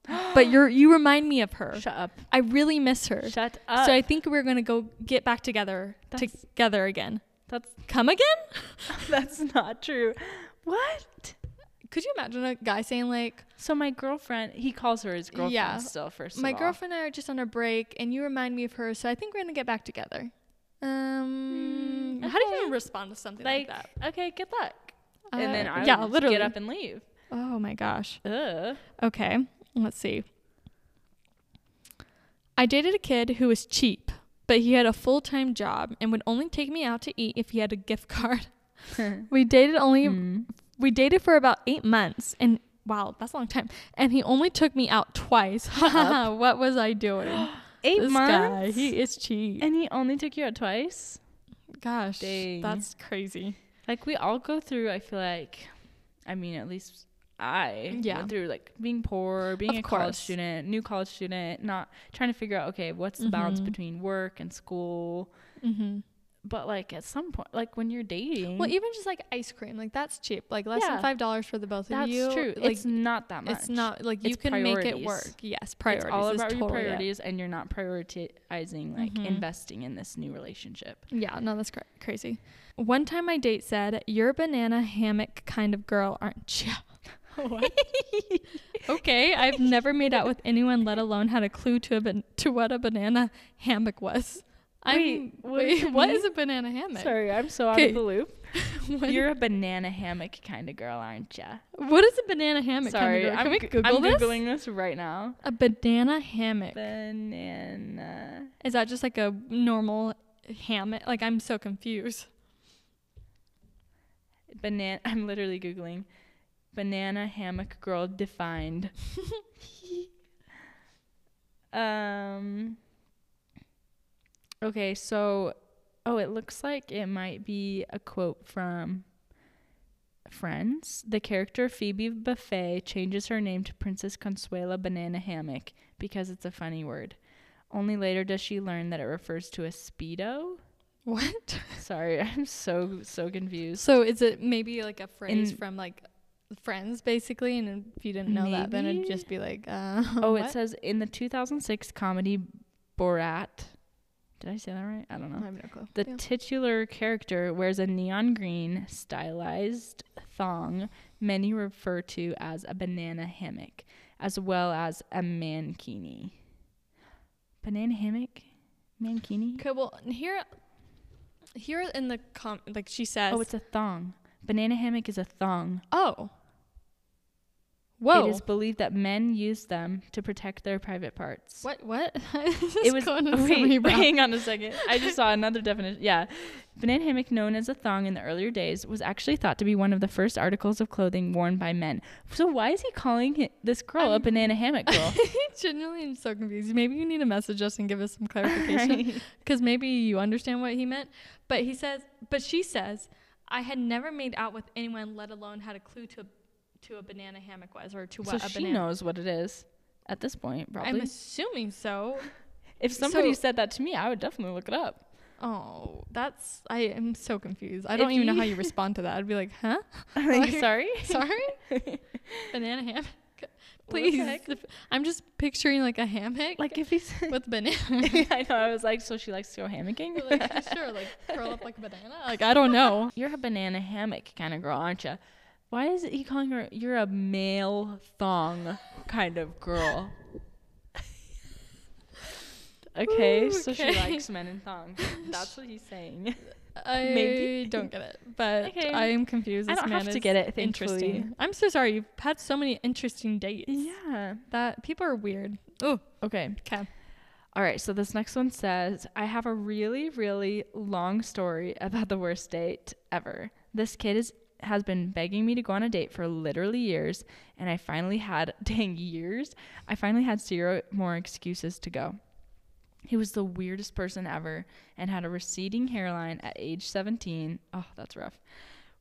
S1: Oh, but you're you remind me of her.
S2: Shut up.
S1: I really miss her."
S2: Shut up.
S1: So I think we're gonna go get back together
S2: That's-
S1: together again.
S2: that's
S1: Come again?
S2: that's not true. What?
S1: Could you imagine a guy saying like,
S2: So my girlfriend, he calls her his girlfriend
S1: Yeah.
S2: still. First, of
S1: "My
S2: all.
S1: girlfriend and I are just on a break, and you remind me of her, so I think we're gonna get back together." Um,
S2: Mm,
S1: how do you
S2: okay.
S1: even respond to something like,
S2: like,
S1: that?
S2: okay, good luck. and then
S1: Uh,
S2: I
S1: yeah,
S2: would
S1: literally.
S2: get up and leave.
S1: Oh my gosh.
S2: Ugh.
S1: Okay, let's see. I dated a kid who was cheap, but he had a full time job and would only take me out to eat if he had a gift card. we dated only
S2: Hmm.
S1: We dated for about eight months, and wow, that's a long time. And he only took me out twice. what was I doing?
S2: Eight
S1: this guy,
S2: months,
S1: he is cheap.
S2: and he only took you out twice.
S1: Gosh,
S2: Dang.
S1: that's crazy.
S2: Like we all go through. I feel like, I mean, at least I
S1: Yeah.
S2: went through like being poor, being
S1: Of
S2: a college
S1: course.
S2: student, new college student, not trying to figure out okay, what's the balance between work and school.
S1: Mm-hmm.
S2: But like at some point, like when you're dating,
S1: Well, even just like ice cream, like that's cheap. Like less
S2: Yeah.
S1: than five dollars for the both
S2: that's
S1: of you.
S2: true.
S1: Like
S2: it's not that much.
S1: it's not like you
S2: It's
S1: can make it
S2: priorities.
S1: work. Yes, priorities.
S2: It's all
S1: is
S2: about
S1: totally it.
S2: your
S1: Mm-hmm.
S2: priorities, and you're not prioritizing like investing in this new relationship.
S1: Yeah, no, that's cra- crazy. One time my date said, "You're a banana hammock kind of girl, aren't you?" okay, I've never made out with anyone, let alone had a clue to a ban- to what a banana hammock was. I'm,
S2: Wait, what does
S1: wait,
S2: it
S1: what
S2: mean?
S1: is a banana hammock?
S2: Sorry, I'm so out
S1: Okay.
S2: of the loop.
S1: What,
S2: You're a banana hammock kind of girl, aren't ya?
S1: what is a banana hammock? kinda
S2: Sorry,
S1: girl? Can
S2: I'm,
S1: we
S2: g-
S1: Google
S2: I'm
S1: this?
S2: googling this right now.
S1: A banana hammock.
S2: Banana.
S1: Is that just like a normal hammock? Like I'm so confused.
S2: Banana. I'm literally googling banana hammock girl defined. um. Okay, so oh, it looks like it might be a quote from Friends. The character Phoebe Buffet changes her name to Princess Consuela Banana Hammock because it's a funny word. Only later does she learn that it refers to a speedo.
S1: What?
S2: Sorry, I'm so so confused.
S1: So is it maybe like a phrase
S2: In-
S1: from like Friends, basically? And if you didn't know that, then it'd
S2: Maybe?
S1: just be like, uh,
S2: Oh, it
S1: what?
S2: says in the 2006 comedy Borat. Did I say that right? I don't
S1: I
S2: know.
S1: have no clue.
S2: The
S1: Yeah.
S2: titular character wears a neon green stylized thong, many refer to as a banana hammock, as well as a mankini. Banana hammock? Mankini?
S1: okay, well here, here in the com, like she says,
S2: Oh, it's a thong. Banana hammock is a thong.
S1: Oh. Whoa.
S2: It is believed that men use them to protect their private parts.
S1: what? What?
S2: It was wait, hang on a second. I just saw another definition. Yeah. Banana hammock known as a thong in the earlier days was actually thought to be one of the first articles of clothing worn by men. So why is he calling hi- this girl a
S1: I'm-
S2: banana hammock girl?
S1: Genuinely, I'm so confused. Maybe you need to message us and give us some clarification because maybe you understand what he meant. But he says, but she says, I had never made out with anyone, let alone had a clue to to a banana hammock was or to
S2: so
S1: what a
S2: she
S1: banana.
S2: knows what it is at this point,
S1: I'm
S2: probably.
S1: assuming so.
S2: if somebody
S1: so-
S2: said that to me, I would definitely look it up.
S1: Oh, that's I am so confused. I
S2: If
S1: don't even know how
S2: you-
S1: you respond to that. I'd be like, huh?
S2: Like,
S1: Sorry.
S2: Oh, sorry.
S1: Sorry? banana hammock.
S2: What the
S1: Please.
S2: heck?
S1: If- I'm just picturing like a hammock
S2: Like if he said
S1: with banana.
S2: I know. I was like, so she likes to go hammocking.
S1: like, sure, like curl up like a banana. Like I don't know.
S2: You're a banana hammock kind of girl, aren't you? Why is he calling her? You're a male thong kind of girl. Okay,
S1: Ooh,
S2: so she
S1: okay.
S2: likes men in thongs. That's what he's saying.
S1: I
S2: Maybe.
S1: don't get it, but
S2: Okay.
S1: I am confused.
S2: I
S1: This
S2: don't
S1: man
S2: have to
S1: is
S2: get it,
S1: Interesting.
S2: thankfully.
S1: I'm so sorry. You've had so many interesting dates.
S2: Yeah.
S1: That people are weird. Oh,
S2: Okay.
S1: okay.
S2: All right. So this next one says, I have a really, really long story about the worst date ever. This kid is has been begging me to go on a date for literally years, and I finally had dang years. I finally had zero more excuses to go. He was the weirdest person ever and had a receding hairline at age 17. Oh, that's rough.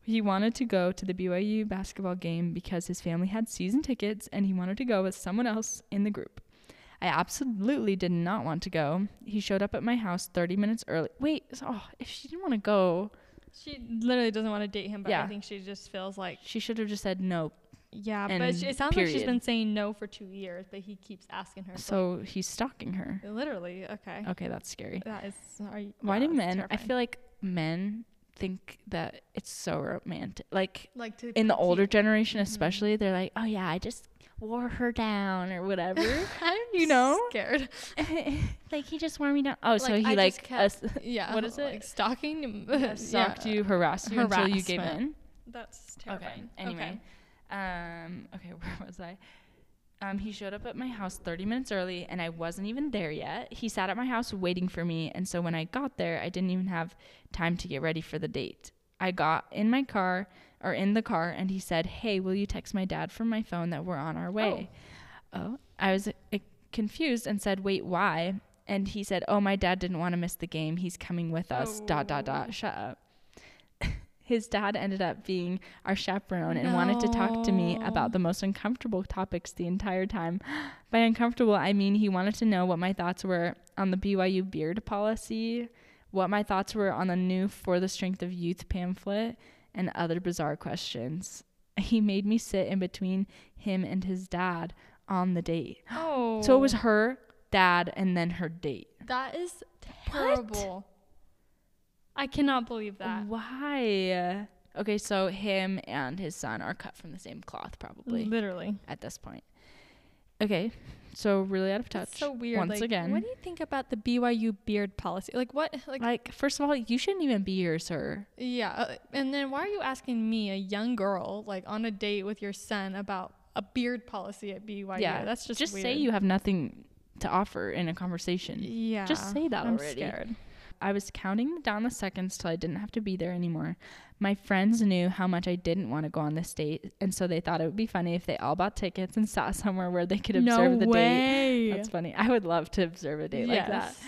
S2: He wanted to go to the BYU basketball game because his family had season tickets and he wanted to go with someone else in the group. I absolutely did not want to go. He showed up at my house 30 minutes early. Wait, so- oh, if she didn't want to go,
S1: She literally doesn't want to date him, but I
S2: Yeah.
S1: think she just feels like
S2: she should have just said no.
S1: yeah. but
S2: And
S1: she, it sounds like she's
S2: period.
S1: been saying no for two years, but he keeps asking her. So
S2: So he's stalking her.
S1: literally, okay.
S2: Okay, that's scary.
S1: That is. Are you,
S2: Why
S1: yeah,
S2: do
S1: that's
S2: men,
S1: terrifying.
S2: I feel like men think that it's so romantic. Like,
S1: like to
S2: in the older
S1: keep-
S2: generation
S1: Mm-hmm.
S2: especially they're like oh yeah i just wore her down or whatever
S1: I'm
S2: you know?
S1: scared.
S2: like he just wore me down oh so
S1: Like,
S2: he
S1: I
S2: like
S1: just kept-
S2: us-
S1: Yeah.
S2: What is
S1: Like
S2: it?
S1: stalking.
S2: stalked
S1: Yeah.
S2: you harassed you until you gave in
S1: Harassment. That's
S2: okay
S1: terrifying.
S2: anyway um okay where was i um, he showed up at my house 30 minutes early and I wasn't even there yet. He sat at my house waiting for me, and so when I got there, I didn't even have time to get ready for the date. I got in my car or in the car and he said, "Hey, will you text my dad from my phone that we're on our way?" Oh, I was uh, confused and said, "Wait, why?" And he said, "Oh, my dad didn't want to miss the game. He's coming with us." Dot dot dot. Shut up. His dad ended up being our chaperone and wanted to talk to me
S1: No.
S2: about the most uncomfortable topics the entire time. By uncomfortable, I mean he wanted to know what my thoughts were on the BYU beard policy, what my thoughts were on the new For the Strength of Youth pamphlet, and other bizarre questions. He made me sit in between him and his dad on the date.
S1: Oh.
S2: So it was her dad and then her date.
S1: That is terrible. I cannot believe that.
S2: Why? Okay, so him and his son are cut from the same cloth, probably
S1: Literally.
S2: at this point. Okay, so really out of touch.
S1: That's so weird.
S2: Once
S1: like,
S2: again,
S1: What do you think about the BYU beard policy? Like what like,
S2: like first of all, you shouldn't even be here, sir.
S1: yeah, uh, and then why are you asking me, a young girl, like on a date with your son about a beard policy at BYU?
S2: yeah,
S1: That's just
S2: just
S1: weird.
S2: say you have nothing to offer in a conversation.
S1: Yeah.
S2: say that
S1: I'm
S2: already.
S1: Scared.
S2: I was counting down the seconds till I didn't have to be there anymore. My friends knew how much I didn't want to go on this date, and so they thought it would be funny if they all bought tickets and sat somewhere where they could observe the date.
S1: way.
S2: That's funny. I would love to observe a date like that.
S1: Yes.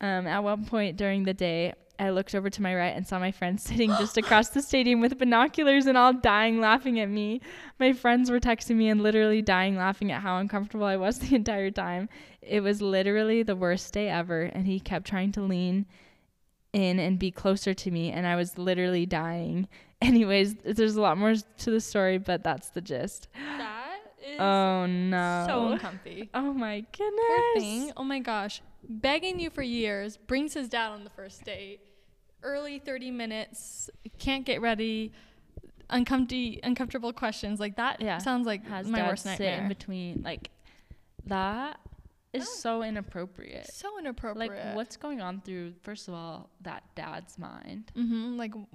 S2: Um, at one point during the day, I looked over to my right and saw my friend sitting just across the stadium with binoculars and all dying laughing at me. My friends were texting me and literally dying laughing at how uncomfortable I was the entire time. It was literally the worst day ever, and he kept trying to lean in and be closer to me, and I was literally dying. Anyways, there's a lot more to the story, but that's the gist.
S1: That is
S2: Oh no.
S1: so uncomfy.
S2: oh my
S1: Poor
S2: goodness.
S1: thing. Oh my gosh. Begging you for years, brings his dad on the first date, early 30 minutes, can't get ready, uncomfy, uncomfortable questions. Like that
S2: Yeah.
S1: sounds like
S2: has
S1: my
S2: dad
S1: worst
S2: sit
S1: nightmare.
S2: in between like that is
S1: Oh.
S2: so inappropriate.
S1: so inappropriate.
S2: Like what's going on through first of all that dad's mind?
S1: hmm Like, w-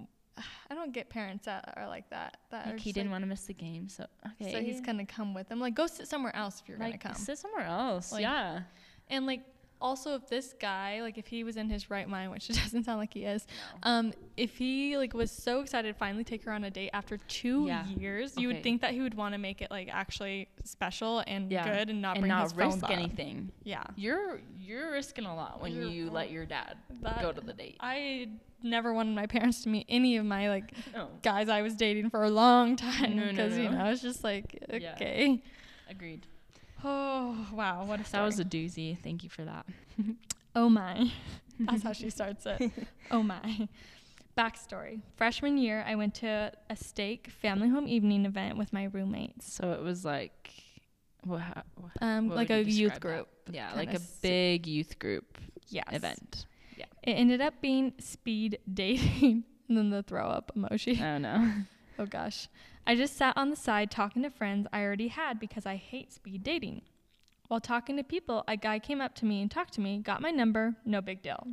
S1: I don't get parents that are like that. That are
S2: Like he
S1: just
S2: didn't
S1: like-
S2: want to miss the game, so okay.
S1: So he's gonna come with them. Like, go sit somewhere else if you're
S2: like
S1: gonna come.
S2: sit somewhere else.
S1: Like-
S2: yeah,
S1: And like, also if this guy, like, if he was in his right mind, which it doesn't sound like he is, um, if he like was so excited to finally take her on a date after two
S2: Yeah.
S1: years, you
S2: Okay.
S1: would think that he would want to make it like actually special and
S2: yeah.
S1: good and not
S2: and
S1: bring
S2: not
S1: his phone
S2: risk
S1: up.
S2: anything.
S1: Yeah.
S2: You're you're risking a lot when
S1: You're-
S2: you let your dad
S1: That-
S2: go to the date.
S1: I never wanted my parents to meet any of my like
S2: No,
S1: guys I was dating for a long time
S2: No, no,
S1: because you
S2: no.
S1: know I was just like
S2: Yeah.
S1: okay.
S2: agreed.
S1: Oh wow, what a
S2: That was
S1: story.
S2: a doozy. Thank you for that.
S1: Oh my. That's how she starts it. Oh my. Backstory. Freshman year, I went to a steak family home evening event with my roommates.
S2: So it was like, what? ha- what
S1: Um,
S2: what
S1: like
S2: would you
S1: a youth
S2: describe that?
S1: group.
S2: Yeah,
S1: kinda
S2: like a
S1: s-
S2: big youth group
S1: Yes.
S2: event.
S1: It ended up being speed dating and then the throw up emoji.
S2: Oh no.
S1: Oh gosh. I just sat on the side talking to friends I already had because I hate speed dating. While talking to people, a guy came up to me and talked to me, got my number, no big deal.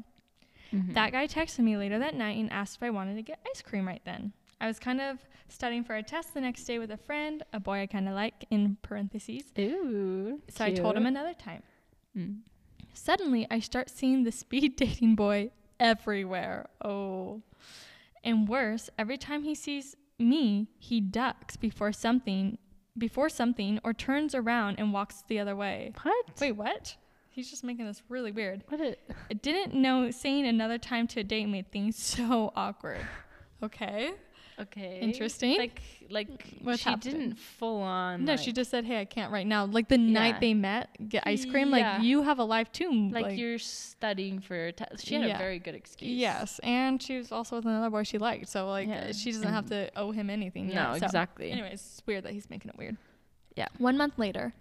S2: Mm-hmm. Hmm.
S1: That guy texted me later that night and asked if I wanted to get ice cream right then. I was kind of studying for a test the next day with a friend, a boy I kind of like, in parentheses.
S2: Ooh.
S1: So I told him another time.
S2: Mm.
S1: Suddenly, I start seeing the speed dating boy everywhere. Oh. And worse, every time he sees me, he ducks before something, before something or turns around and walks the other way.
S2: What?
S1: Wait, what? He's just making this really weird.
S2: What? it-
S1: I didn't know saying another time to a date made things so awkward. Okay.
S2: okay.
S1: Interesting.
S2: Like, like
S1: What
S2: she
S1: happened?
S2: didn't full on.
S1: No,
S2: like,
S1: she just said, "Hey, I can't right now." Like the night
S2: Yeah.
S1: they met, get ice cream.
S2: Yeah.
S1: Like you have a life too.
S2: Like, you're studying for a test. She had a
S1: Yeah.
S2: very good excuse.
S1: Yes, and she was also with another boy she liked, so like
S2: Yeah. Mm-hmm.
S1: she doesn't have to owe him anything.
S2: No,
S1: yet, so.
S2: exactly.
S1: Anyways, it's weird that he's making it weird.
S2: Yeah.
S1: One month later,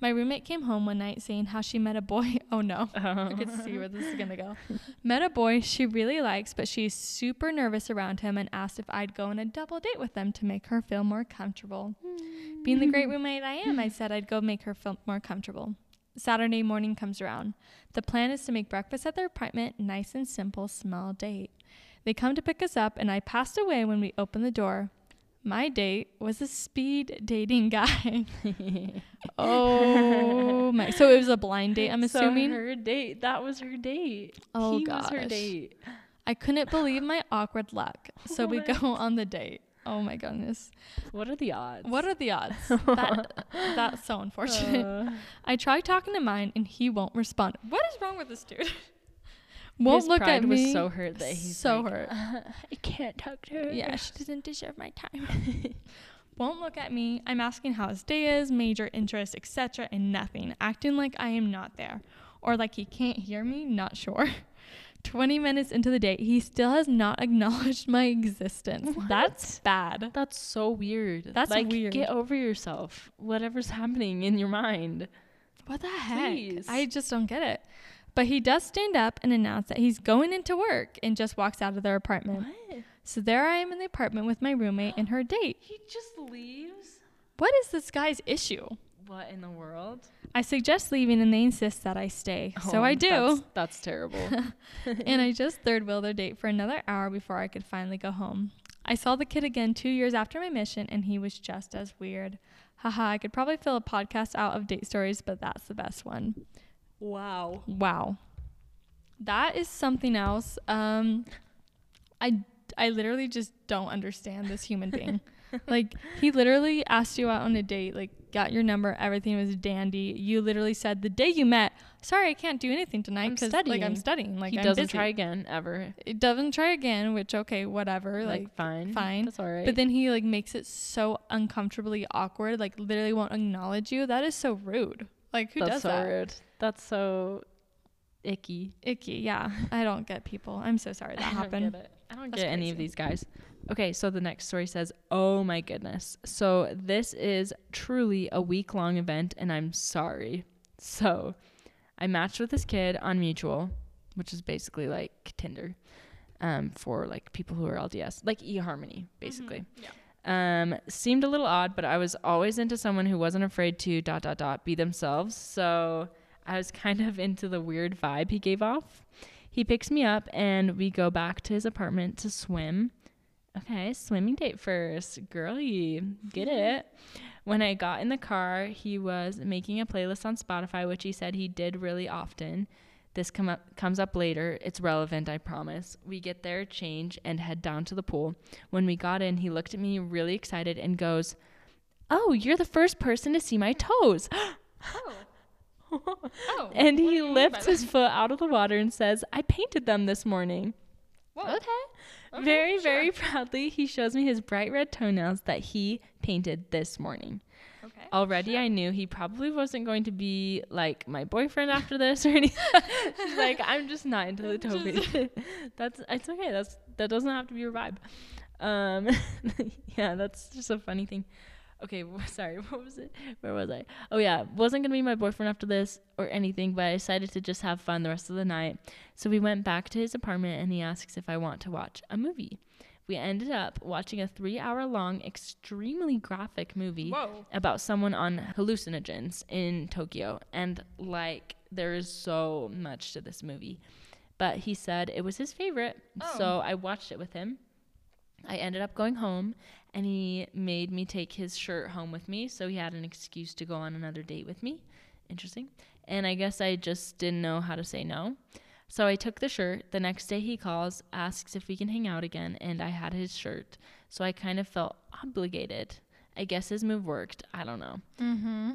S1: my roommate came home one night saying how she met a boy. Oh no. I
S2: Oh.
S1: could see where this is gonna go. Met a boy she really likes, but she's super nervous around him and asked if I'd go on a double date with them to make her feel more comfortable. Being the great roommate I am, I said I'd go make her feel more comfortable. Saturday morning comes around. The plan is to make breakfast at their apartment, nice and simple, small date. They come to pick us up, and I passed away when we opened the door. My date was a speed dating guy. oh my! So it was a blind date, I'm
S2: So
S1: assuming.
S2: her date. That was her date.
S1: Oh,
S2: he was her
S1: gosh.
S2: date.
S1: I couldn't believe my awkward luck. So we go on the date. Oh my goodness.
S2: What are the odds?
S1: What are the odds? That, that's so unfortunate.
S2: Uh,
S1: I try talking to mine and he won't respond. What is wrong with this dude? won't
S2: His
S1: look
S2: pride
S1: at me.
S2: was so hurt that he's
S1: so
S2: like, "Uh,
S1: hurt.
S2: I can't talk to her.
S1: Yeah, she doesn't deserve my time. won't look at me. I'm asking how his day is, major interests, etc., and nothing. Acting like I am not there, or like he can't hear me. Not sure. 20 minutes into the date, he still has not acknowledged my existence. That's bad.
S2: That's so weird.
S1: That's
S2: like,
S1: weird.
S2: Get over yourself. Whatever's happening in your mind.
S1: What the heck?
S2: Please.
S1: I just don't get it. But he does stand up and announce that he's going into work and just walks out of their apartment. So there I am in the apartment with my roommate and her date.
S2: He just leaves.
S1: What is this guy's issue?
S2: What in the world?
S1: I suggest leaving and they insist that I stay.
S2: Oh,
S1: so I do.
S2: That's, that's terrible.
S1: and I just third wheel their date for another hour before I could finally go home. I saw the kid again two years after my mission, and he was just as weird. Haha, I could probably fill a podcast out of date stories, but that's the best one.
S2: wow.
S1: Wow. That is something else. Um I I literally just don't understand this human being. like he literally asked you out on a date, like got your number, everything was dandy. You literally said the day you met, "Sorry, I can't do anything tonight
S2: I'm
S1: because like I'm
S2: studying."
S1: studying, like
S2: he
S1: I'm
S2: doesn't
S1: busy."
S2: try again ever.
S1: it doesn't try again, which okay, whatever.
S2: Like,
S1: Like,
S2: fine.
S1: fine.
S2: That's all right.
S1: but then he like makes it so uncomfortably awkward, like literally won't acknowledge you. That is so rude. Like who
S2: that's
S1: does
S2: so
S1: that?
S2: rude. That's so icky.
S1: icky. Yeah, I don't get people. I'm so sorry that happened.
S2: get it. I don't
S1: That's
S2: get any of
S1: crazy.
S2: these guys. Okay, so the next story says, "Oh my goodness." So this is truly a week-long event and I'm sorry. So, I matched with this kid on Mutual, which is basically like Tinder um for like people who are LDS, like eHarmony basically.
S1: Yeah.
S2: Um, seemed a little odd, but I was always into someone who wasn't afraid to dot dot dot be themselves. So I was kind of into the weird vibe he gave off. He picks me up and we go back to his apartment to swim. Okay, swimming date first. Girly, get it. When I got in the car, he was making a playlist on Spotify, which he said he did really often. This come up, comes up later. It's relevant, I promise. We get there, change, and head down to the pool. When we got in, he looked at me really excited and goes, Oh, you're the first person to see my toes.
S1: Oh. Oh. what
S2: and
S1: do
S2: he
S1: you mean by
S2: lifts
S1: that?
S2: his foot out of the water and says, I painted them this morning.
S1: Whoa.
S2: Okay.
S1: Okay,
S2: very,
S1: sure.
S2: very proudly, he shows me his bright red toenails that he painted this morning.
S1: Okay.
S2: Already, I knew he probably wasn't going to be like my boyfriend after this or anything. She's like, I'm just not into the toe
S1: Just-
S2: painting. that's it's okay. That's that doesn't have to be your vibe. Um, yeah, that's just a funny thing. Okay, w- sorry. What was it? Where was I? Oh yeah, wasn't gonna be my boyfriend after this or anything, but I decided to just have fun the rest of the night. So we went back to his apartment, and he asks if I want to watch a movie. We ended up watching a three-hour-long, extremely graphic movie
S1: Whoa.
S2: about someone on hallucinogens in Tokyo. And like, there is so much to this movie. But he said it was his favorite.
S1: Oh.
S2: So I watched it with him. I ended up going home and he made me take his shirt home with me. So he had an excuse to go on another date with me. Interesting. And I guess I just didn't know how to say no. So I took the shirt. The next day he calls, asks if we can hang out again, and I had his shirt. So I kind of felt obligated. I guess his move worked. I don't know.
S1: Mm-hmm.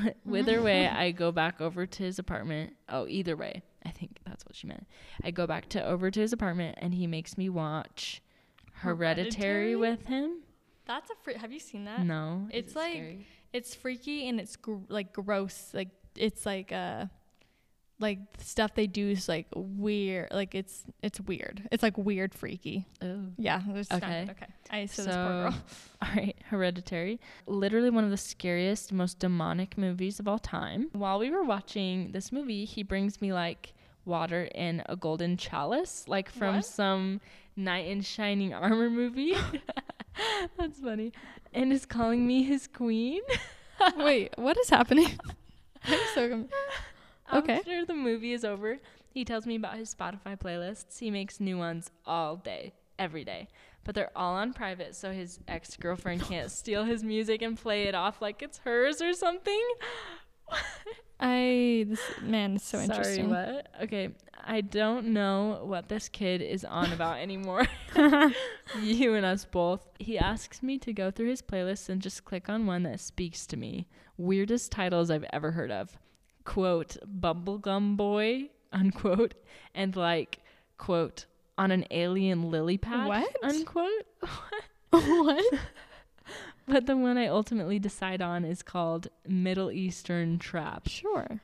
S2: Wh- Whither way I go back over to his apartment. Oh, either way. I think that's what she meant. I go back to over to his apartment and he makes me watch Hereditary,
S1: Hereditary?
S2: with him.
S1: That's a freak. Have you seen that?
S2: no. is
S1: It's
S2: it
S1: like
S2: scary?
S1: it's freaky and it's gr- like gross. Like it's like uh like stuff they do is like weird. Like it's it's weird. It's like weird freaky.
S2: oh.
S1: Yeah. It's not
S2: Okay.
S1: good. okay. I so, this poor girl.
S2: all right, Hereditary. Literally one of the scariest, most demonic movies of all time. While we were watching this movie, he brings me like water in a golden chalice, like from
S1: What?
S2: some Knight in Shining Armor movie. That's funny. And is calling me his queen.
S1: Wait, what is happening? I'm so com- Okay.
S2: Um, After the movie is over, he tells me about his Spotify playlists. He makes new ones all day, every day. But they're all on private, so his ex girlfriend can't steal his music and play it off like it's hers or something.
S1: I this man is so
S2: Sorry,
S1: interesting.
S2: What? Okay, I don't know what this kid is on about anymore. you and us both. He asks me to go through his playlist and just click on one that speaks to me. Weirdest titles I've ever heard of. Quote, Bumblegum Boy, unquote, and like, quote, on an alien lily pad.
S1: What?
S2: Unquote.
S1: what?
S2: But the one I ultimately decide on is called Middle Eastern Trap.
S1: Sure.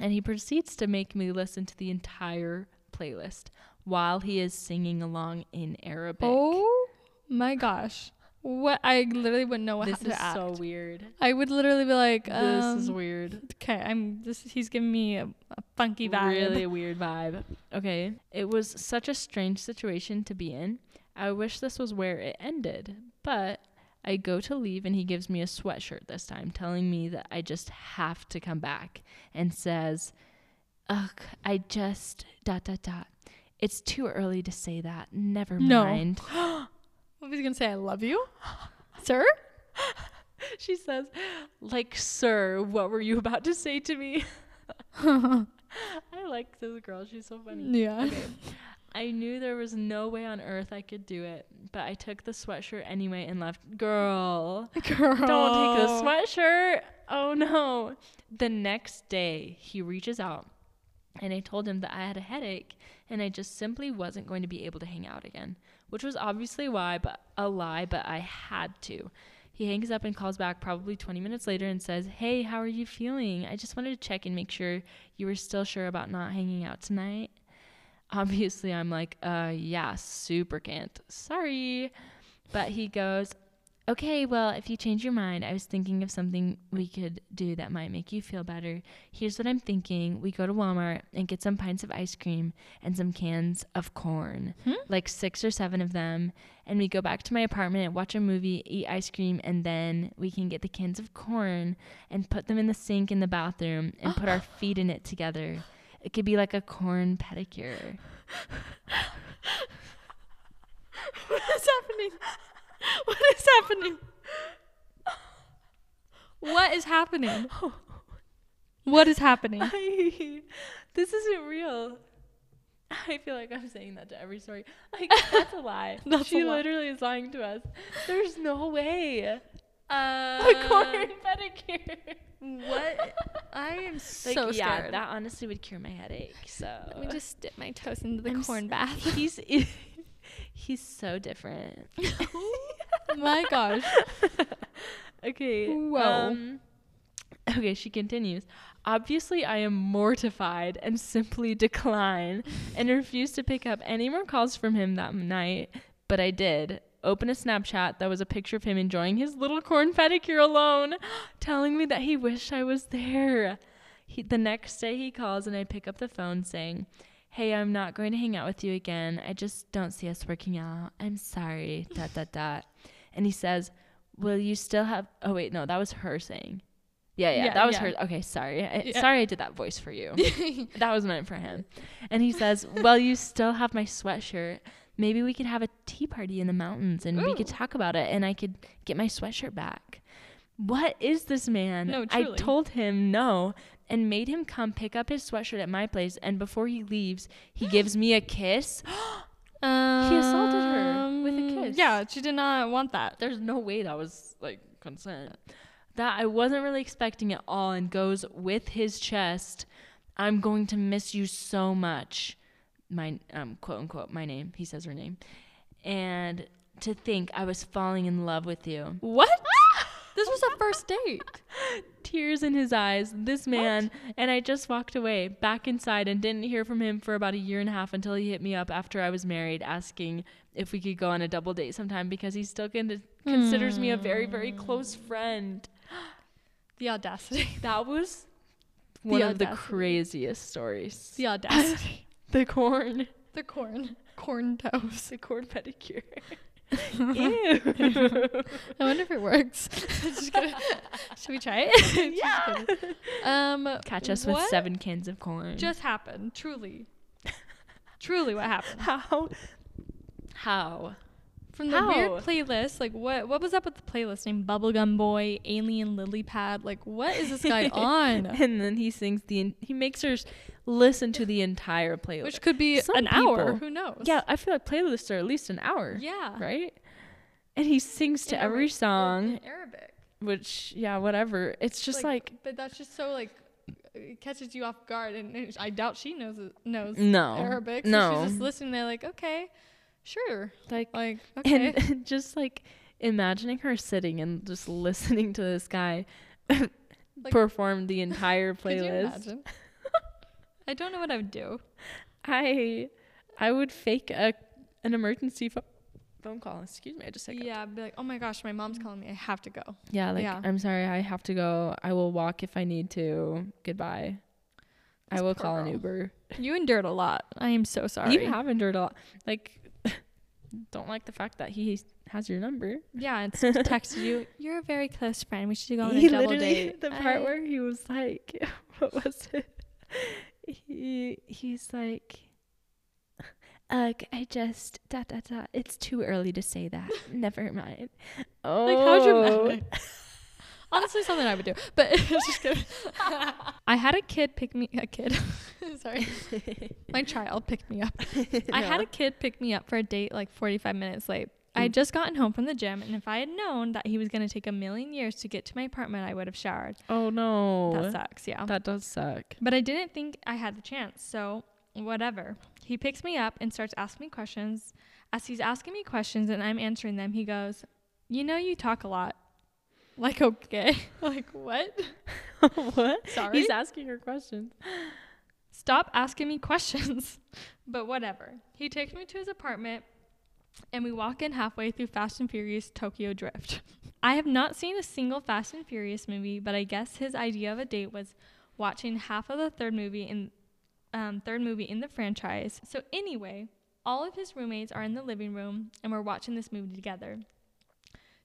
S2: and he proceeds to make me listen to the entire playlist while he is singing along in Arabic.
S1: Oh my gosh. What I literally wouldn't know what
S2: this
S1: how to
S2: is
S1: act.
S2: so weird.
S1: I would literally be like,
S2: this is
S1: um,
S2: weird.
S1: Okay, I'm this. He's giving me a, a funky vibe.
S2: Really weird vibe. Okay. It was such a strange situation to be in. I wish this was where it ended, but I go to leave and he gives me a sweatshirt this time, telling me that I just have to come back and says, Ugh, I just dot dot dot. It's too early to say that. Never
S1: No.
S2: mind.
S1: I was gonna say, I love you, sir.
S2: She says, like, sir, what were you about to say to me? I like this girl. She's so funny.
S1: Yeah.
S2: I knew there was no way on earth I could do it, but I took the sweatshirt anyway and left. Girl,
S1: Girl.
S2: don't take the sweatshirt. Oh no. The next day, he reaches out, and I told him that I had a headache and I just simply wasn't going to be able to hang out again, which was obviously why, but a lie, but I had to. He hangs up and calls back probably 20 minutes later and says, "Hey, how are you feeling? I just wanted to check and make sure you were still sure about not hanging out tonight." Obviously, I'm like, "Uh, yeah, super can't. Sorry." But he goes, Okay, well, if you change your mind, I was thinking of something we could do that might make you feel better. Here's what I'm thinking we go to Walmart and get some pints of ice cream and some cans of corn, like six or seven of them. And we go back to my apartment and watch a movie, eat ice cream, and then we can get the cans of corn and put them in the sink in the bathroom and put our feet in it together. It could be like a corn pedicure.
S1: what is happening? What is happening? What is happening? What is happening?
S2: I, this isn't real. I feel like I'm saying that to every story. Like that's a lie.
S1: That's
S2: she
S1: a lie.
S2: literally is lying to us. There's no way.
S1: Uh,
S2: a corn pedicure.
S1: what? I am so
S2: like, yeah,
S1: scared.
S2: that honestly would cure my headache. So
S1: Let me just dip my toes into the
S2: I'm s-
S1: corn bath.
S2: He's he's so different.
S1: My gosh.
S2: okay.
S1: Whoa.
S2: um, okay, she continues. Obviously, I am mortified and simply decline and refuse to pick up any more calls from him that night, but I did. Open a Snapchat that was a picture of him enjoying his little corn pedicure alone, telling me that he wished I was there. He, the next day he calls and I pick up the phone saying, Hey, I'm not going to hang out with you again. I just don't see us working out. I'm sorry. Dot dot dot. And he says, Will you still have oh wait, no, that was her saying. Yeah, yeah,
S1: Yeah,
S2: that was
S1: yeah.
S2: her. Okay, sorry. I,
S1: Yeah.
S2: Sorry I did that voice for you. that was meant for him. And he says, Well, you still have my sweatshirt. Maybe we could have a tea party in the mountains and we could
S1: Ooh.
S2: talk about it and I could get my sweatshirt back. What is this man?
S1: No,
S2: I
S1: truly.
S2: told him no and made him come pick up his sweatshirt at my place. And before he leaves, he gives me a kiss. assaulted her with a
S1: Um,
S2: kiss.
S1: Yeah, she did not want that.
S2: There's no way that was like consent. That I wasn't really expecting at all and goes with his chest. I'm going to miss you so much. My um quote unquote my name. He says her name. And to think I was falling in love with you.
S1: What? this was a first date.
S2: Tears in his eyes, this man, and I just walked away back inside and didn't hear from him for about a year and a half until he hit me up after I was married asking if we could go on a double date sometime because he still con- considers me a very, very close
S1: Hmm.
S2: friend.
S1: The audacity.
S2: That was one of the
S1: audacity.
S2: craziest stories.
S1: The audacity.
S2: The corn,
S1: the corn. Corn toast.
S2: the corn pedicure. Ew.
S1: I wonder if it works. Just kidding. Should we try it? Just kidding. Um,
S2: Catch us with
S1: what
S2: seven cans of corn.
S1: Just happened. Truly. truly, what happened?
S2: how? How?
S1: From the weird
S2: How?
S1: playlist, like what what was up with the playlist named Bubblegum Boy, Alien Lily Pad? Like what is this guy on?
S2: And then he sings the. En- he makes her s- listen to the entire playlist.
S1: Which could be
S2: Some
S1: an hour.
S2: people-
S1: Who knows?
S2: yeah, I feel like playlists are at least an hour.
S1: Yeah.
S2: Right. And he sings to
S1: In
S2: every
S1: Arabic-
S2: song,
S1: in Arabic.
S2: which yeah, whatever. It's just like,
S1: But that's just so like it catches you off guard and it- I doubt she knows it- knows
S2: No.
S1: Arabic. So
S2: No.
S1: she's just listening there like, okay, sure.
S2: like
S1: Like, okay.
S2: and, just like imagining her sitting and just listening to this guy perform the entire
S1: Could you
S2: playlist.
S1: imagine? I don't know what I would do.
S2: I I would fake a an emergency pho- phone call. Excuse me, I just yeah.
S1: Yeah, I'd be like, oh my gosh, my mom's calling me. I have to go.
S2: yeah, like
S1: Yeah.
S2: I'm sorry, I have to go. I will walk if I need to. Goodbye.
S1: This
S2: I will
S1: poor
S2: call an
S1: girl.
S2: Uber.
S1: You endured a lot. I am so sorry.
S2: You have endured a lot. Like, don't like the fact that he has your number.
S1: Yeah, it's texted you. You're a very close friend. We should go on
S2: he
S1: a double
S2: literally
S1: date.
S2: the part where he was like what was it he he's like Ugh, I just dot dot dot. It's too early to say that. Never mind. Oh,
S1: Like, how dramatic. Honestly, something I would do. But just kidding. I had a kid pick me a kid. Sorry, my child picked me up. I had a kid pick me up for a date like 45 minutes late. I had just gotten home from the gym, and if I had known that he was going to take a million years to get to my apartment, I would have showered.
S2: Oh no,
S1: That sucks. Yeah.
S2: that does suck.
S1: But I didn't think I had the chance, so whatever. He picks me up and starts asking me questions. As he's asking me questions and I'm answering them, he goes, You know, you talk a lot. Like, okay. like, what?
S2: what?
S1: Sorry.
S2: He's asking her questions.
S1: Stop asking me questions. but whatever. He takes me to his apartment and we walk in halfway through Fast and Furious Tokyo Drift. I have not seen a single Fast and Furious movie, but I guess his idea of a date was watching half of the third movie in um, third movie in the franchise. So anyway, all of his roommates are in the living room and we're watching this movie together.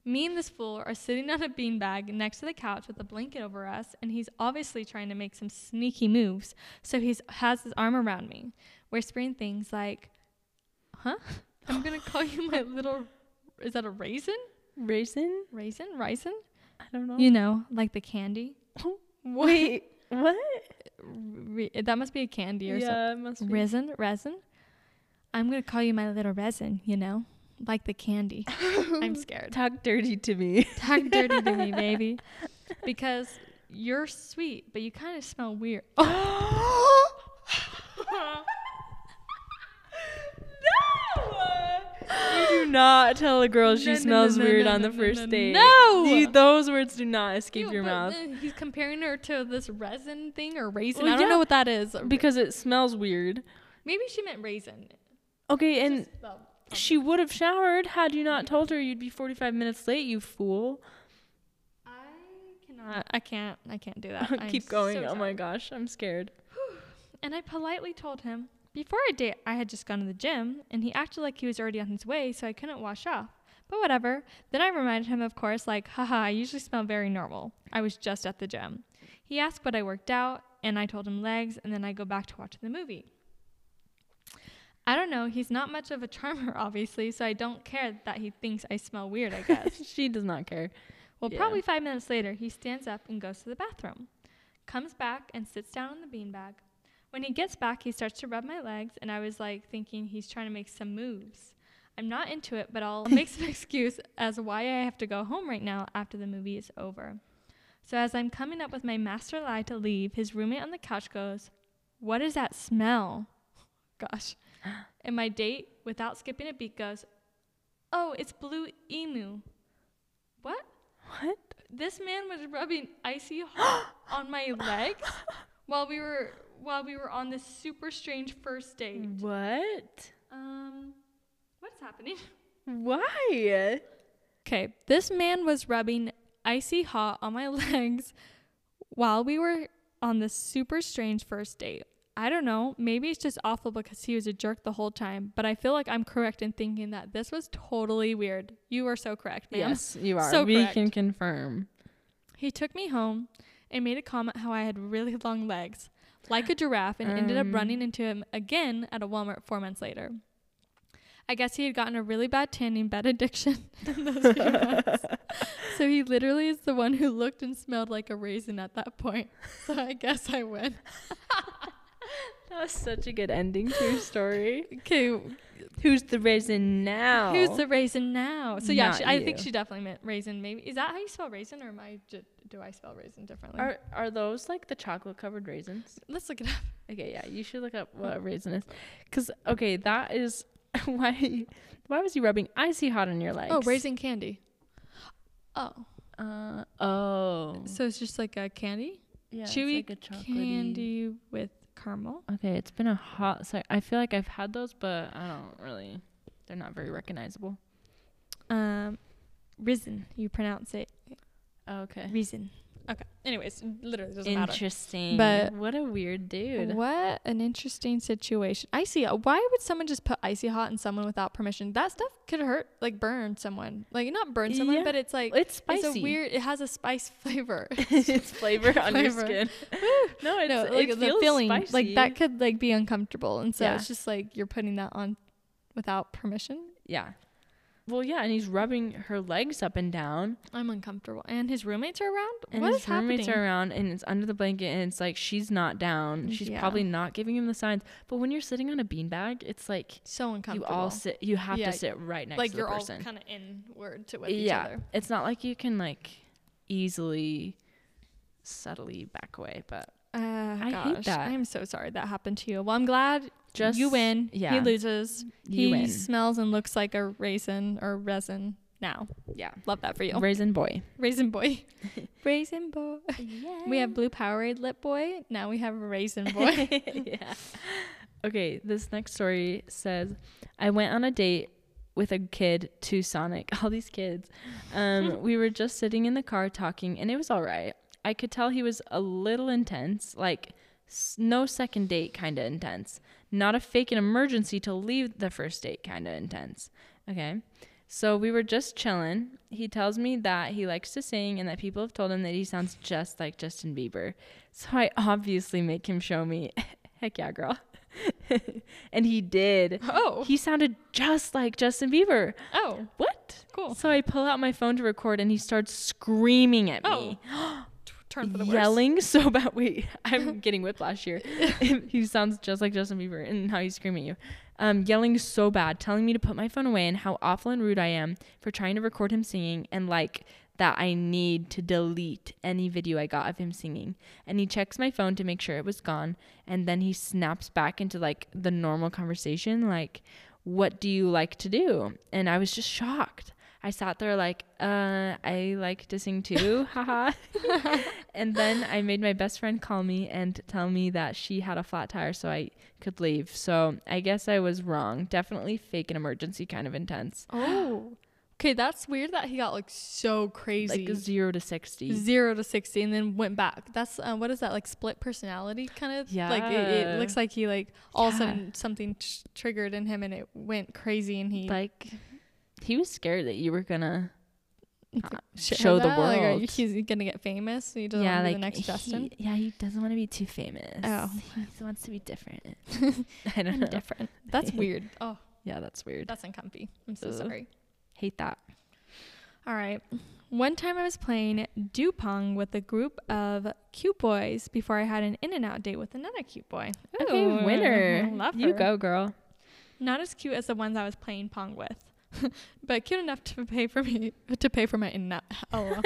S1: Me and this fool are sitting on a beanbag next to the couch with a blanket over us, and he's obviously trying to make some sneaky moves. So he has his arm around me, whispering things like, "Huh? I'm gonna call you my little. Is that a raisin?
S2: Raisin?
S1: Raisin? Raisin?
S2: I don't know.
S1: You know, like the candy.
S2: Wait, what?
S1: Re- that must be a candy or
S2: yeah, it must
S1: something.
S2: be.
S1: Resin? Resin? I'm gonna call you my little resin. You know, like the candy. I'm scared.
S2: Talk dirty to me.
S1: Talk dirty to me, baby, because you're sweet, but you kind of smell weird.
S2: You do not tell a girl she
S1: No, no,
S2: smells
S1: no, no,
S2: weird
S1: no,
S2: on the
S1: no,
S2: first
S1: no,
S2: date.
S1: no.
S2: You- those words do not escape
S1: Ew,
S2: your
S1: but,
S2: mouth
S1: uh, He's comparing her to this resin thing or raisin.
S2: Well,
S1: I don't
S2: yeah.
S1: know what that is.
S2: because it smells weird.
S1: Maybe she meant raisin.
S2: Okay, and
S1: Just spelled wrong.
S2: she would have showered had you not told her you'd be 45 minutes late, you fool.
S1: I cannot. I can't. I can't do that. I'm
S2: Keep going.
S1: so
S2: oh my
S1: sorry.
S2: gosh, I'm scared.
S1: And I politely told him before a date I had just gone to the gym, and he acted like he was already on his way, so I couldn't wash off. But whatever. Then I reminded him, of course, like, haha, I usually smell very normal. I was just at the gym. He asked what I worked out, and I told him legs, and then I go back to watch the movie. I don't know. He's not much of a charmer, obviously, so I don't care that he thinks I smell weird, I guess.
S2: she does not care.
S1: Well,
S2: Yeah.
S1: probably five minutes later, he stands up and goes to the bathroom, comes back and sits down on the beanbag. When he gets back, he starts to rub my legs, and I was like thinking he's trying to make some moves. I'm not into it, but I'll make some excuse as why I have to go home right now after the movie is over. So as I'm coming up with my master lie to leave, his roommate on the couch goes, "What is that smell?" Gosh. And my date, without skipping a beat, goes, "Oh, it's blue emu." What?
S2: What?
S1: this man was rubbing icy hot on my legs while we were while we were on this super strange first date.
S2: What?
S1: Um, what's happening?
S2: Why?
S1: Okay, this man was rubbing icy hot on my legs while we were on this super strange first date. I don't know. Maybe it's just awful because he was a jerk the whole time, but I feel like I'm correct in thinking that this was totally weird. You are so correct, ma'am.
S2: Yes, you are.
S1: So
S2: we
S1: correct.
S2: can confirm.
S1: He took me home and made a comment how I had really long legs, like a giraffe, and ended up
S2: Um.
S1: running into him again at a Walmart four months later. I guess he had gotten a really bad tanning bed addiction in those few months. So he literally is the one who looked and smelled like a raisin at that point. So I guess I win.
S2: That was such a good ending to your story.
S1: Okay,
S2: Who's the raisin now?
S1: who's the raisin now? So yeah,
S2: Not
S1: she, I think
S2: you.
S1: she definitely meant raisin. Maybe is that how you spell raisin, or am I ju- do I spell raisin differently?
S2: Are are those like the chocolate covered raisins?
S1: Let's look it up.
S2: Okay, yeah, you should look up what a raisin is, because okay, that is why. Why was he rubbing icy hot on your legs?
S1: Oh, raisin candy. Oh.
S2: Uh, oh,
S1: So it's just like a candy,
S2: yeah,
S1: it's chewy like candy with caramel.
S2: Okay, it's been a hot. Sorry, I feel like I've had those, but I don't really. They're not very recognizable. Uh-huh.
S1: Um, risen. You pronounce it
S2: Okay.
S1: risen. Okay. Anyways, literally doesn't matter.
S2: Interesting.
S1: But-
S2: what a weird dude.
S1: What an interesting situation. Icy. uh, Why would someone just put icy hot in someone without permission? That stuff could hurt, like burn someone. Like not burn someone,
S2: Yeah.
S1: but it's like
S2: It's spicy.
S1: it's a weird. It has a spice flavor.
S2: it's flavor on your
S1: Flavor.
S2: skin. no, it's,
S1: no,
S2: it
S1: like the
S2: feels
S1: feeling, like
S2: spicy.
S1: that could like be uncomfortable, and so
S2: Yeah.
S1: it's just like you're putting that on without permission.
S2: Yeah. Well, yeah, and he's rubbing her legs up and down,
S1: I'm uncomfortable. And his roommates are around?
S2: and
S1: what
S2: his
S1: is
S2: roommates
S1: happening? Mm,
S2: are around, and it's under the blanket, and it's like she's not down. She's
S1: Yeah.
S2: probably not giving him the signs. But when you're sitting on a beanbag, it's like
S1: so
S2: you
S1: uncomfortable.
S2: all sit. You have
S1: Yeah,
S2: to sit right next
S1: like
S2: to the
S1: you're all
S2: person.
S1: kind of inward to with
S2: yeah,
S1: each other.
S2: it's not like you can like easily, subtly back away. But
S1: Uh,
S2: I hate
S1: gosh,
S2: that.
S1: I'm so sorry that happened to you. Well, I'm glad
S2: just
S1: you win.
S2: Yeah,
S1: He loses.
S2: You
S1: he
S2: win.
S1: smells and looks like a raisin or resin now.
S2: Yeah,
S1: Love that for you.
S2: raisin boy.
S1: raisin boy. raisin boy.
S2: Yeah.
S1: We have blue Powerade lip boy. Now we have raisin boy.
S2: yeah. Okay, this next story says I went on a date with a kid to Sonic. All these kids. Um, we were just sitting in the car talking, and it was all right. I could tell he was a little intense, like s- no second date kind of intense. Not a fake an emergency to leave the first date kind of intense. Okay. So we were just chilling. He tells me that he likes to sing and that people have told him that he sounds just like Justin Bieber. So I obviously make him show me. Heck yeah, girl. and he did.
S1: Oh.
S2: He sounded just like Justin Bieber.
S1: oh.
S2: What?
S1: Cool.
S2: So I pull out my phone to record and he starts screaming at me.
S1: T- Turn for the worse.
S2: yelling so bad. Wait, I'm getting whiplash here. he sounds just like Justin Bieber and how he's screaming at you. Um, yelling so bad, telling me to put my phone away and how awful and rude I am for trying to record him singing and like that I need to delete any video I got of him singing. And he checks my phone to make sure it was gone and then he snaps back into like the normal conversation like what do you like to do? And I was just shocked. I sat there like, uh, I like to sing too, haha. and then I made my best friend call me and tell me that she had a flat tire so I could leave. So I guess I was wrong. Definitely fake an emergency kind of intense.
S1: Oh. Okay, that's weird that he got like so crazy.
S2: Like zero to 60.
S1: zero to 60 and then went back that's uh, what is that like split personality kind of like it,
S2: Yeah.
S1: it looks like he like all of a
S2: Yeah.
S1: sudden something tr- triggered in him and it went crazy and he
S2: like, he was scared that you were gonna.
S1: shit
S2: show
S1: heard
S2: the
S1: that, like, are-
S2: world.
S1: he's gonna get famous he doesn't
S2: yeah,
S1: want to be
S2: like
S1: the next
S2: he,
S1: justin
S2: Yeah, he doesn't want to be too famous.
S1: Oh.
S2: he wants to be different. I don't know.
S1: different that's weird oh
S2: Yeah, that's weird.
S1: that's uncomfy i'm so
S2: Ugh.
S1: sorry
S2: Hate that.
S1: all right one time i was playing dupong with a group of cute boys before i had an in and out date with another cute boy
S2: Okay,
S1: Ooh,
S2: winner.
S1: love
S2: You
S1: her.
S2: go, girl.
S1: not as cute as the ones I was playing pong with, but cute enough to pay for me to pay for my internet. LOL.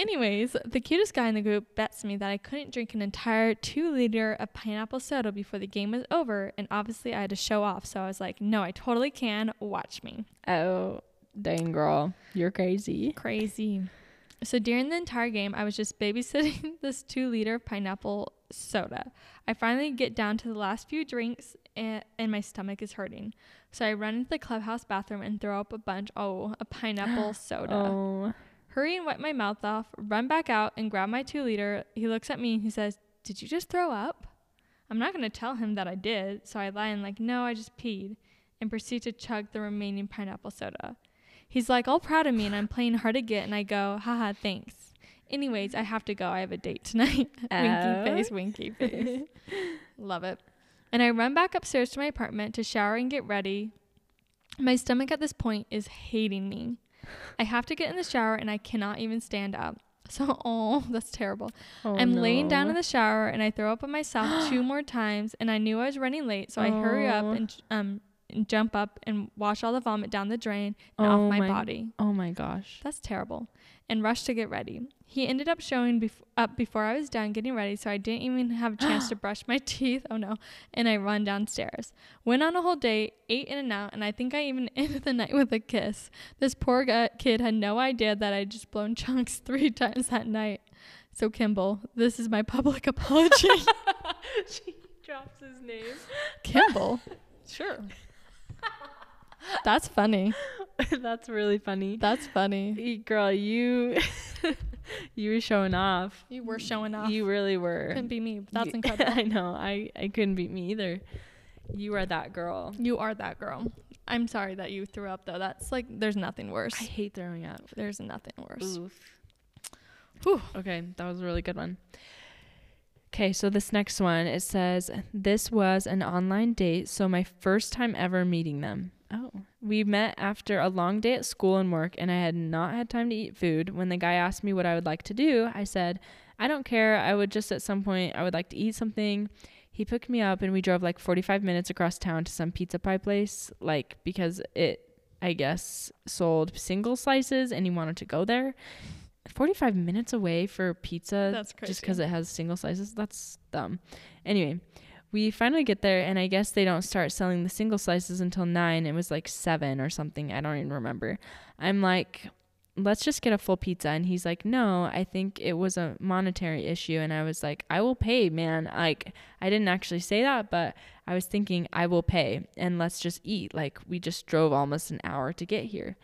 S1: Anyways, the cutest guy in the group bets me that I couldn't drink an entire two liter of pineapple soda before the game was over, and obviously I had to show off. So I was like, "No, I totally can. Watch me."
S2: Oh, dang, girl. You're crazy.
S1: Crazy. So during the entire game, I was just babysitting this two liter pineapple soda. I finally get down to the last few drinks and, and my stomach is hurting. So I run into the clubhouse bathroom and throw up a bunch. Oh, a pineapple soda.
S2: Oh.
S1: Hurry and wipe my mouth off, run back out and grab my two liter. He looks at me and he says, Did you just throw up? I'm not going to tell him that I did, so I lie and, like, No, I just peed, and proceed to chug the remaining pineapple soda. He's like, all proud of me, and I'm playing hard to get, and I go, Haha, thanks. Anyways, I have to go. I have a date tonight.
S2: Oh.
S1: winky face, winky face. Love it. And I run back upstairs to my apartment to shower and get ready. My stomach at this point is hating me. I have to get in the shower and I cannot even stand up. So, oh, that's terrible.
S2: Oh,
S1: I'm laying down in the shower and I throw up on myself two more times. And I knew I was running late, so I hurry up
S2: Oh.
S1: and j- um and jump up and wash all the vomit down the drain and
S2: Oh
S1: off my,
S2: my-
S1: body.
S2: Oh my gosh.
S1: That's terrible. And rush to get ready. He ended up showing bef- up before I was done getting ready, so I didn't even have a chance to brush my teeth. Oh no. And I run downstairs. Went on a whole day, ate in and out, and I think I even ended the night with a kiss. This poor gu kid had no idea that I'd just blown chunks three times that night. So, Kimball, this is my public apology.
S2: she drops his name.
S1: Kimball? Sure. That's funny.
S2: That's really funny.
S1: That's funny.
S2: E- Girl, you you were showing off.
S1: You were showing off.
S2: You really were.
S1: couldn't be me. But that's
S2: You-
S1: incredible.
S2: I know. I, I couldn't beat me either. You are that girl.
S1: You are that girl. I'm sorry that you threw up though. That's like there's nothing worse.
S2: I hate throwing up.
S1: there's nothing worse.
S2: Oof.
S1: Whew.
S2: Okay, that was a really good one. Okay, so this next one it says this was an online date, so my first time ever meeting them. Oh. We met after a long day at school and work and I had not had time to eat food. When the guy asked me what I would like to do, I said, "I don't care. I would just at some point I would like to eat something." He picked me up and we drove like 45 minutes across town to some pizza pie place like because it I guess sold single slices and he wanted to go there. 45 minutes away for pizza
S1: That's crazy.
S2: just because it has single slices. That's dumb. Anyway, we finally get there, and I guess they don't start selling the single slices until nine. It was like seven or something. I don't even remember. I'm like, let's just get a full pizza. And he's like, no, I think it was a monetary issue. And I was like, I will pay, man. Like, I didn't actually say that, but I was thinking, I will pay and let's just eat. Like, we just drove almost an hour to get here.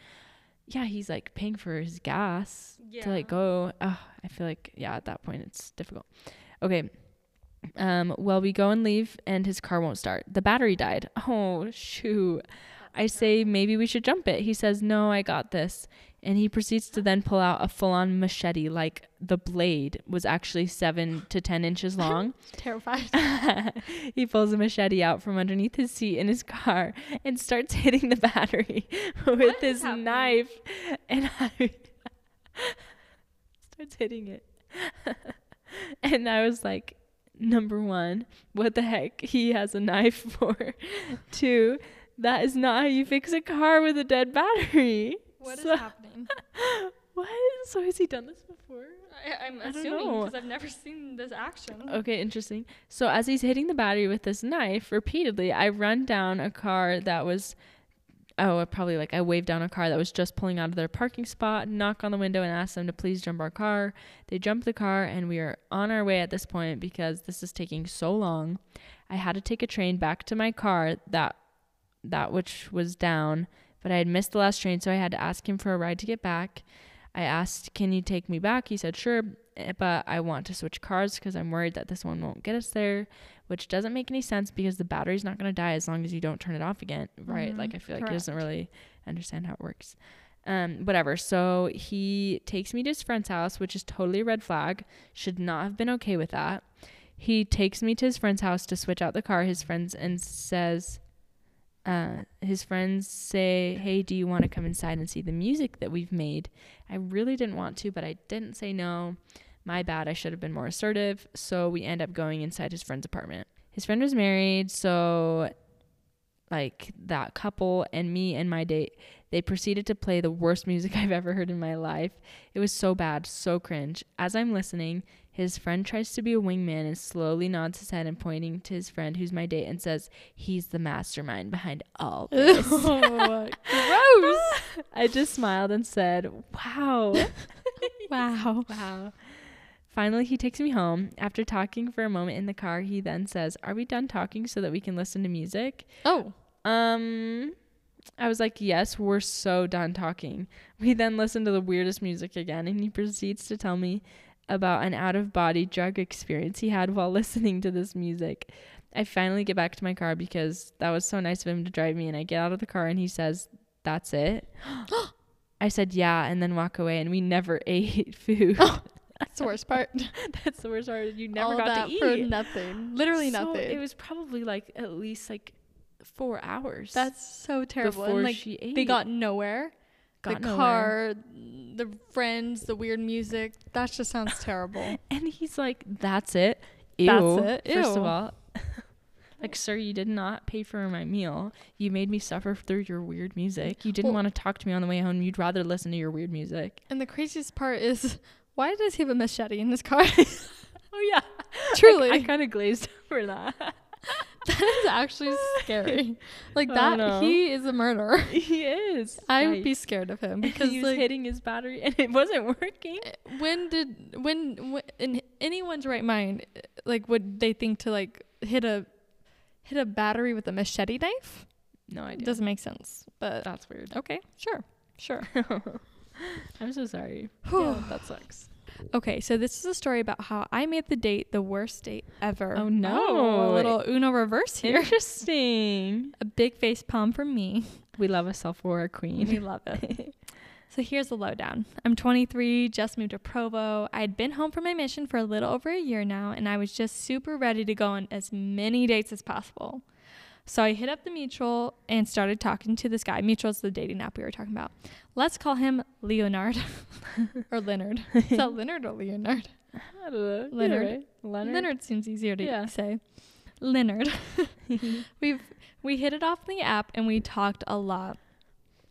S2: Yeah, he's like paying for his gas to like go. Oh, I feel like, yeah, at that point, it's difficult. Okay. Um, well, we go and leave, and his car won't start. The battery died. Oh, shoot. I say maybe we should jump it. He says, "No, I got this." And he proceeds to then pull out a full-on machete like the blade was actually 7 to 10 inches long.
S1: Terrified.
S2: he pulls a machete out from underneath his seat in his car and starts hitting the battery with
S1: is
S2: his
S1: happening?
S2: knife and I starts hitting it. and I was like, number one, what the heck he has a knife for? Two, that is not how you fix a car with a dead battery.
S1: What is
S2: So-
S1: happening?
S2: What? So has he done this before?
S1: I, I'm
S2: I don't
S1: assuming
S2: know.
S1: because I've never seen this action.
S2: Okay, interesting. So as he's hitting the battery with this knife repeatedly, I run down a car that was oh, I probably like I waved down a car that was just pulling out of their parking spot, knock on the window and ask them to please jump our car. They jump the car and we are on our way at this point because this is taking so long. I had to take a train back to my car that that which was down, but I had missed the last train, so I had to ask him for a ride to get back. I asked, "Can you take me back?" He said, "Sure, eh, but I want to switch cars because I'm worried that this one won't get us there," which doesn't make any sense because the battery's not going to die as long as you don't turn it off again, right?
S1: Mhm,
S2: Like I feel like he doesn't
S1: correct.
S2: really understand how it works. Um, whatever. So he takes me to his friend's house, which is totally a red flag. Should not have been okay with that. He takes me to his friend's house to switch out the car. His friends and says, uh, his friends say, Hey, do you want to come inside and see the music that we've made? I really didn't want to, but I didn't say no. My bad, I should have been more assertive. So we end up going inside his friend's apartment. His friend was married, so like that couple and me and my date, they proceeded to play the worst music I've ever heard in my life. It was so bad, so cringe. As I'm listening, his friend tries to be a wingman and slowly nods his head and pointing to his friend, who's my date, and says, He's the mastermind behind all this.
S1: Oh, Gross.
S2: I just smiled and said, Wow.
S1: wow.
S2: Wow. Finally, he takes me home. After talking for a moment in the car, he then says, Are we done talking so that we can listen to music?
S1: Oh.
S2: Um, I was like, Yes, we're so done talking. We then listen to the weirdest music again, and he proceeds to tell me about an out of body drug experience he had while listening to this music. I finally get back to my car because that was so nice of him to drive me, and I get out of the car, and he says, That's it. I said, Yeah, and then walk away, and we never ate food.
S1: That's the worst part.
S2: That's the worst part. You never
S1: All
S2: got
S1: that
S2: to eat.
S1: for nothing. Literally
S2: So
S1: nothing.
S2: It was probably like at least like four hours.
S1: That's so terrible.
S2: before
S1: And like
S2: she ate.
S1: they got nowhere.
S2: Got
S1: the
S2: nowhere.
S1: car, the friends, the weird music. That just sounds terrible.
S2: and he's like, "That's it." Ew.
S1: That's it.
S2: First of
S1: Ew.
S2: all, like, sir, you did not pay for my meal. You made me suffer through your weird music. You didn't
S1: Well-
S2: want to talk to me on the way home. You'd rather listen to your weird music.
S1: and the craziest part is, why does he have a machete in his car?
S2: Oh yeah,
S1: Truly,
S2: I kind of glazed over that.
S1: that is actually scary. Like
S2: I
S1: that,
S2: know.
S1: he is a murderer.
S2: he is.
S1: I would be scared of him because
S2: because he was
S1: like, eh,
S2: hitting his battery and it wasn't working.
S1: when did when, when in anyone's right mind eh, like would they think to like hit a hit a battery with a machete knife?
S2: No
S1: It
S2: idea.
S1: doesn't make sense, but
S2: That's weird.
S1: okay, sure, sure.
S2: I'm so sorry.
S1: Yeah,
S2: that sucks.
S1: Okay, so this is a story about how I made the date the worst date ever.
S2: Oh, no.
S1: Oh, a little Uno reverse here.
S2: Interesting.
S1: A big face palm from me.
S2: We love a self war queen.
S1: We love it. so here's the lowdown. I'm 23, just moved to Provo. I had been home from my mission for a little over a year now, and I was just super ready to go on as many dates as possible. So I hit up the mutual and started talking to this guy. Mutual's the dating app we were talking about. Let's call him Leonard or Leonard. Is that Leonard or Leonard?
S2: I don't know.
S1: Leonard.
S2: Leonard. Leonard.
S1: seems easier to
S2: Yeah.
S1: say. Leonard. We've we hit it off in the app and we talked a lot.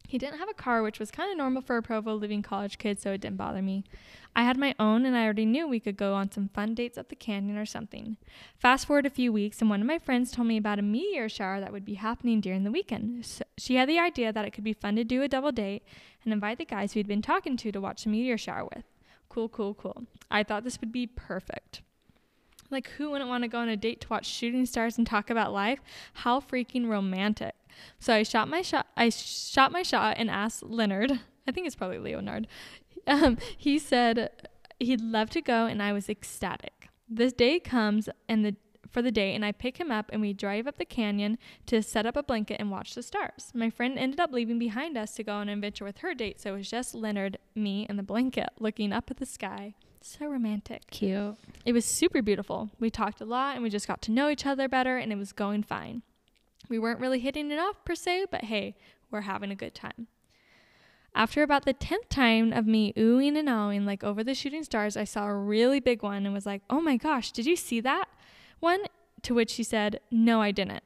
S1: He didn't have a car, which was kind of normal for a Provo living college kid, so it didn't bother me. I had my own, and I already knew we could go on some fun dates at the canyon or something. Fast forward a few weeks, and one of my friends told me about a meteor shower that would be happening during the weekend. So she had the idea that it could be fun to do a double date and invite the guys we'd been talking to to watch the meteor shower with. Cool, cool, cool. I thought this would be perfect. Like, who wouldn't want to go on a date to watch shooting stars and talk about life? How freaking romantic! So I shot my shot. I shot my shot and asked Leonard. I think it's probably Leonard. Um, he said he'd love to go, and I was ecstatic. This day comes, and the for the day and I pick him up and we drive up the canyon to set up a blanket and watch the stars. My friend ended up leaving behind us to go on an adventure with her date, so it was just Leonard, me, and the blanket looking up at the sky. So romantic.
S2: Cute.
S1: It was super beautiful. We talked a lot and we just got to know each other better and it was going fine. We weren't really hitting it off per se, but hey, we're having a good time. After about the 10th time of me oohing and ahhing like over the shooting stars, I saw a really big one and was like, oh my gosh, did you see that one? To which he said, no, I didn't.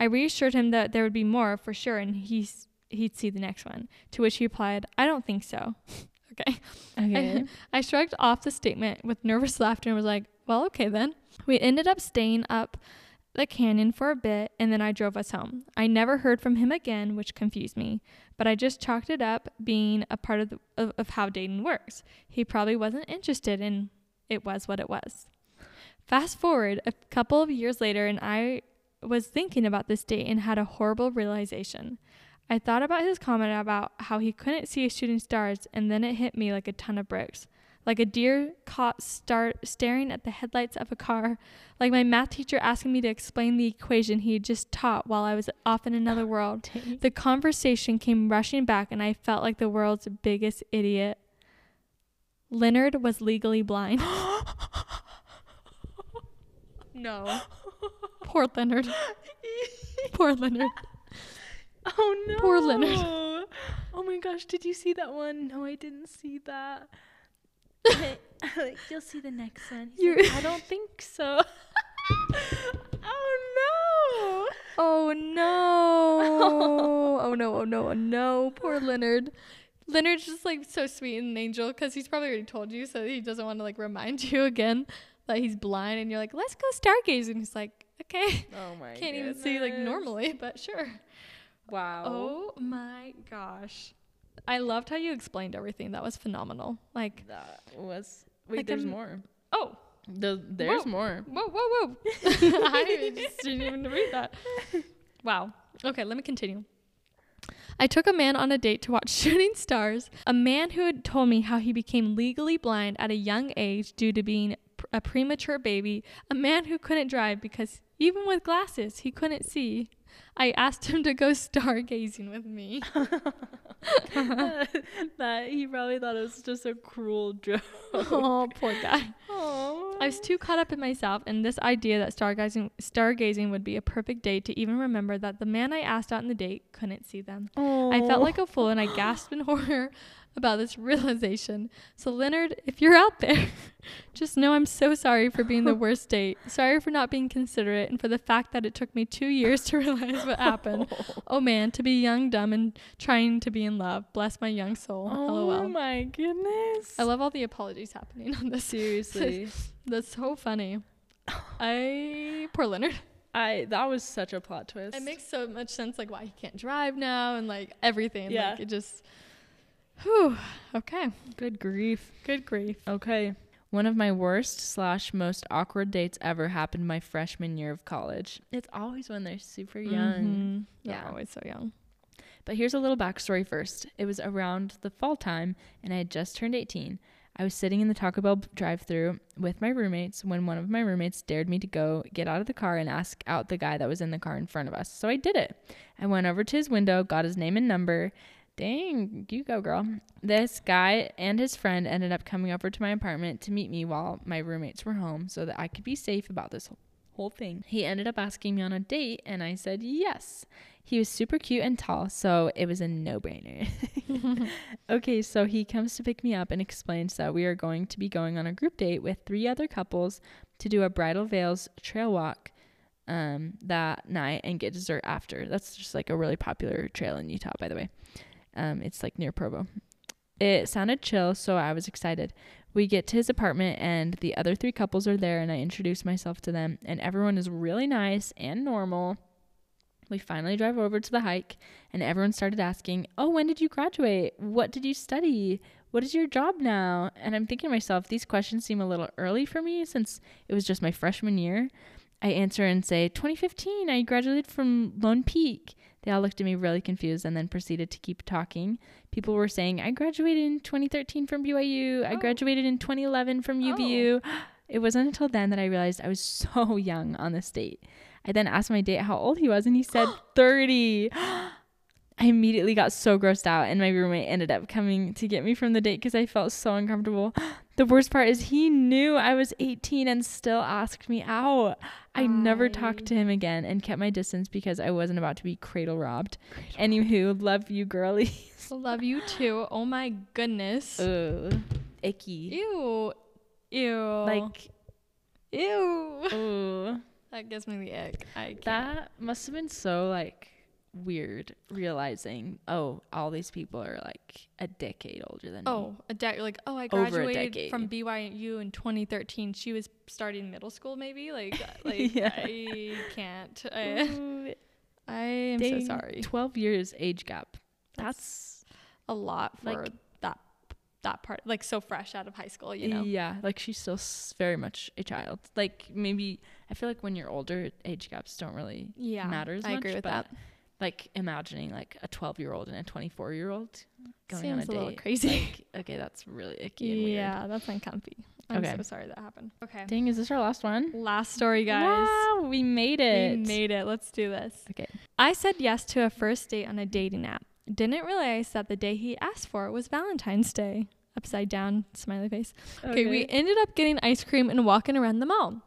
S1: I reassured him that there would be more for sure and he's, he'd see the next one. To which he replied, I don't think so. okay.
S2: Okay.
S1: I shrugged off the statement with nervous laughter and was like, well, okay then. We ended up staying up the canyon for a bit and then I drove us home. I never heard from him again, which confused me, but I just chalked it up being a part of, the, of, of how dating works. He probably wasn't interested and it was what it was. Fast forward a couple of years later and I was thinking about this date and had a horrible realization. I thought about his comment about how he couldn't see shooting stars, and then it hit me like a ton of bricks. Like a deer caught star- staring at the headlights of a car, like my math teacher asking me to explain the equation he had just taught while I was off in another world. The conversation came rushing back, and I felt like the world's biggest idiot. Leonard was legally blind. no. Poor Leonard. Poor Leonard.
S2: oh no.
S1: Poor Leonard.
S2: Oh my gosh, did you see that one? No, I didn't see that. You'll see the next one. He's
S1: You're-
S2: like, I don't think so. oh no.
S1: Oh no! oh no! Oh no! Oh no! Poor Leonard. Leonard's just like so sweet and an angel because he's probably already told you, so he doesn't want to like remind you again that he's blind. And you're like, let's go stargazing. He's like, okay,
S2: Oh my
S1: can't even see like normally, but sure.
S2: Wow.
S1: Oh my gosh! I loved how you explained everything. That was phenomenal. Like,
S2: That was wait,
S1: Like,
S2: there's
S1: I'm-
S2: more.
S1: oh,
S2: The, there's more.
S1: whoa, whoa, whoa! I just didn't even read that. Wow. Okay, let me continue. I took a man on a date to watch Shooting Stars, a man who had told me how he became legally blind at a young age due to being pr- a premature baby, a man who couldn't drive because even with glasses, he couldn't see. I asked him to go stargazing with me.
S2: that he probably thought it was just a cruel joke.
S1: oh, poor guy. I was too caught up in myself and this idea that stargazing stargazing would be a perfect date to even remember that the man I asked out on the date couldn't see them. I felt like a fool and I gasped in horror about this realization. So Leonard, if you're out there, just know I'm so sorry for being the worst date. Sorry for not being considerate and for the fact that it took me 2 years to realize what happened. Oh man, to be young, dumb and trying to be in love. Bless my young soul.
S2: Oh
S1: LOL.
S2: my goodness.
S1: I love all the apologies happening on this
S2: Seriously.
S1: That's so funny. I poor Leonard.
S2: I that was such a plot twist.
S1: It makes so much sense, like why he can't drive now and like everything.
S2: Yeah.
S1: Like it just. Whew. Okay.
S2: good grief.
S1: Good grief.
S2: Okay. One of my worst slash most awkward dates ever happened my freshman year of college. It's always when they're super young.
S1: Mhm. They're
S2: Yeah.
S1: always so young.
S2: But here's a little backstory first. It was around the fall time, and I had just turned 18. I was sitting in the Taco Bell drive through with my roommates when one of my roommates dared me to go get out of the car and ask out the guy that was in the car in front of us. So I did it. I went over to his window, got his name and number. Dang, you go, girl. This guy and his friend ended up coming over to my apartment to meet me while my roommates were home so that I could be safe about this whole thing. He ended up asking me on a date, and I said yes. He was super cute and tall, so it was a no brainer. okay, so he comes to pick me up and explains that we are going to be going on a group date with three other couples to do a Bridal Veils trail walk um, that night and get dessert after. That's just like a really popular trail in Utah, by the way. Um, it's like near Provo. It sounded chill, so I was excited. We get to his apartment, and the other three couples are there, and I introduce myself to them, and everyone is really nice and normal. We finally drive over to the hike, and everyone started asking, Oh, when did you graduate? What did you study? What is your job now? And I'm thinking to myself, these questions seem a little early for me since it was just my freshman year. I answer and say, 2015, I graduated from Lone Peak. They all looked at me really confused and then proceeded to keep talking. People were saying, I graduated in 2013 from BYU. I
S1: Oh.
S2: graduated in 2011 from
S1: Oh.
S2: UVU. It wasn't until then that I realized I was so young on this date. I then asked my date how old he was, and he said 30. I immediately got so grossed out, and my roommate ended up coming to get me from the date because I felt so uncomfortable. The worst part is he knew I was 18 and still asked me out. I never talked to him again and kept my distance because I wasn't about to be cradle robbed. Anywho, love you, girly.
S1: Love you too. Oh my goodness.
S2: Ugh, icky.
S1: Ew. Ew.
S2: Like,
S1: ew.
S2: ooh.
S1: That gives me the ick. I can't.
S2: That must have been so like weird realizing, oh, all these people are like a decade older than me.
S1: Oh, a dec You're like, oh, I
S2: Over a
S1: graduated
S2: decade.
S1: from BYU in 2013. She was starting middle school, maybe. Like, like
S2: Yeah.
S1: I can't. I,
S2: Ooh,
S1: I am
S2: dang,
S1: so sorry.
S2: 12 years age gap. That's,
S1: A lot for
S2: Like-
S1: that that part. Like so fresh out of high school, you know.
S2: yeah, like she's still s- very much a child. Like maybe I feel like when you're older, age gaps don't really
S1: Yeah,
S2: matter as
S1: I
S2: much,
S1: agree with
S2: but
S1: that.
S2: Like imagining like a 12 year old and a 24 year old going on a
S1: Seems
S2: date.
S1: a little crazy.
S2: Like, okay, that's really icky and weird.
S1: yeah, that's uncomfy. I'm
S2: Okay.
S1: so sorry that happened. Okay.
S2: Dang, is this our last one?
S1: Last story, guys.
S2: Wow, we made it.
S1: We made it. Let's do this.
S2: Okay.
S1: I said yes to a first date on a dating app. Didn't realize that the day he asked for it was Valentine's Day. Upside down, smiley face. Okay, we ended up getting ice cream and walking around the mall.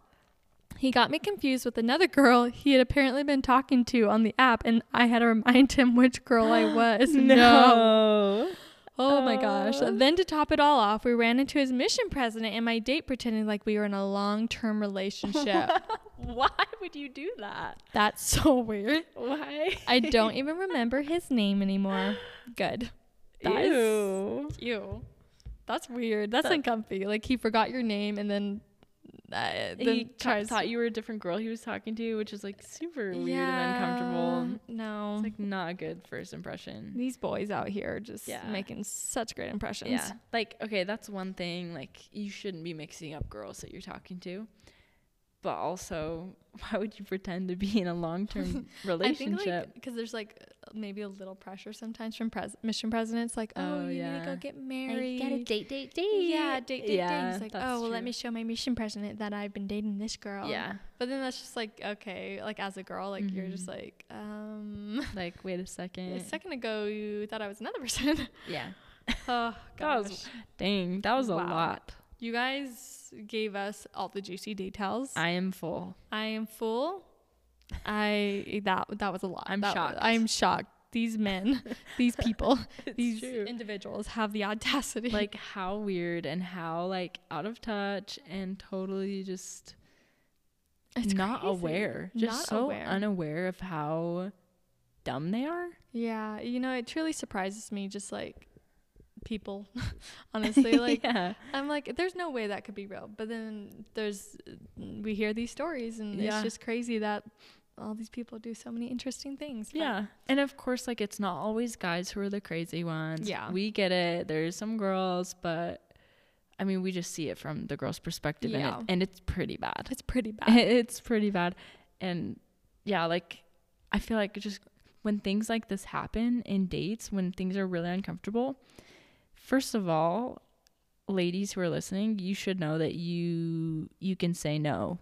S1: He got me confused with another girl he had apparently been talking to on the app, and I had to remind him which girl I was.
S2: no.
S1: Oh my gosh.
S2: Oh.
S1: Then to top it all off, we ran into his mission president and my date pretending like we were in a long term relationship.
S2: Why would you do that?
S1: That's so weird.
S2: Why?
S1: I don't even remember his name anymore. Good. That is-
S2: Ew.
S1: Ew. That's weird. That's
S2: That-
S1: uncomfy. Like he forgot your name and then uh,
S2: He
S1: then
S2: t-
S1: tries
S2: thought you were a different girl he was talking to, which is like super weird and
S1: Yeah,
S2: uncomfortable.
S1: No.
S2: It's like not a good first impression.
S1: These boys out here are just
S2: Yeah.
S1: making such great impressions.
S2: Yeah. Like, okay, that's one thing. Like, you shouldn't be mixing up girls that you're talking to. But also, why would you pretend to be in a long term
S1: I think
S2: relationship?
S1: like because there's like maybe a little pressure sometimes from pres- mission presidents like oh,
S2: Oh,
S1: you need to
S2: yeah.
S1: go get married.
S2: date, date,
S1: Yeah, date, date, date.
S2: Yeah,
S1: He's like,
S2: that's
S1: oh, well, let
S2: true.
S1: me show my mission president that I've been dating this girl.
S2: Yeah.
S1: But then that's just like, okay, like as a girl, like you're just
S2: Mhm.
S1: like, um,
S2: Like, wait a second.
S1: a second ago you thought I was another person.
S2: Yeah.
S1: oh,
S2: That
S1: gosh.
S2: was- Dang, that was a
S1: Wow.
S2: lot.
S1: you guys gave us all the juicy details. I,
S2: I am full.
S1: am full. I, that, that was a lot.
S2: I'm
S1: That wa-
S2: shocked.
S1: I'm shocked. These men, these people, these
S2: true.
S1: individuals have the audacity.
S2: Like how weird and how like out of touch and totally just
S1: It's
S2: not
S1: crazy.
S2: aware.
S1: Not
S2: Just so
S1: aware.
S2: unaware of how dumb they are.
S1: Yeah, you know, it truly surprises me just like people. Honestly, like
S2: yeah.
S1: I'm like there's no way that could be real. But then there's we hear these stories and it's
S2: Yeah.
S1: just crazy that all these people do so many interesting things. but-
S2: Yeah. And of course like it's not always guys who are the crazy ones.
S1: Yeah.
S2: We get it. There's some girls, but I mean we just see it from the girl's perspective
S1: Yeah.
S2: and it, and it's pretty bad.
S1: It's pretty bad.
S2: it's pretty bad and yeah like i feel like just when things like this happen in dates when things are really uncomfortable first of all ladies who are listening you should know that you you can say no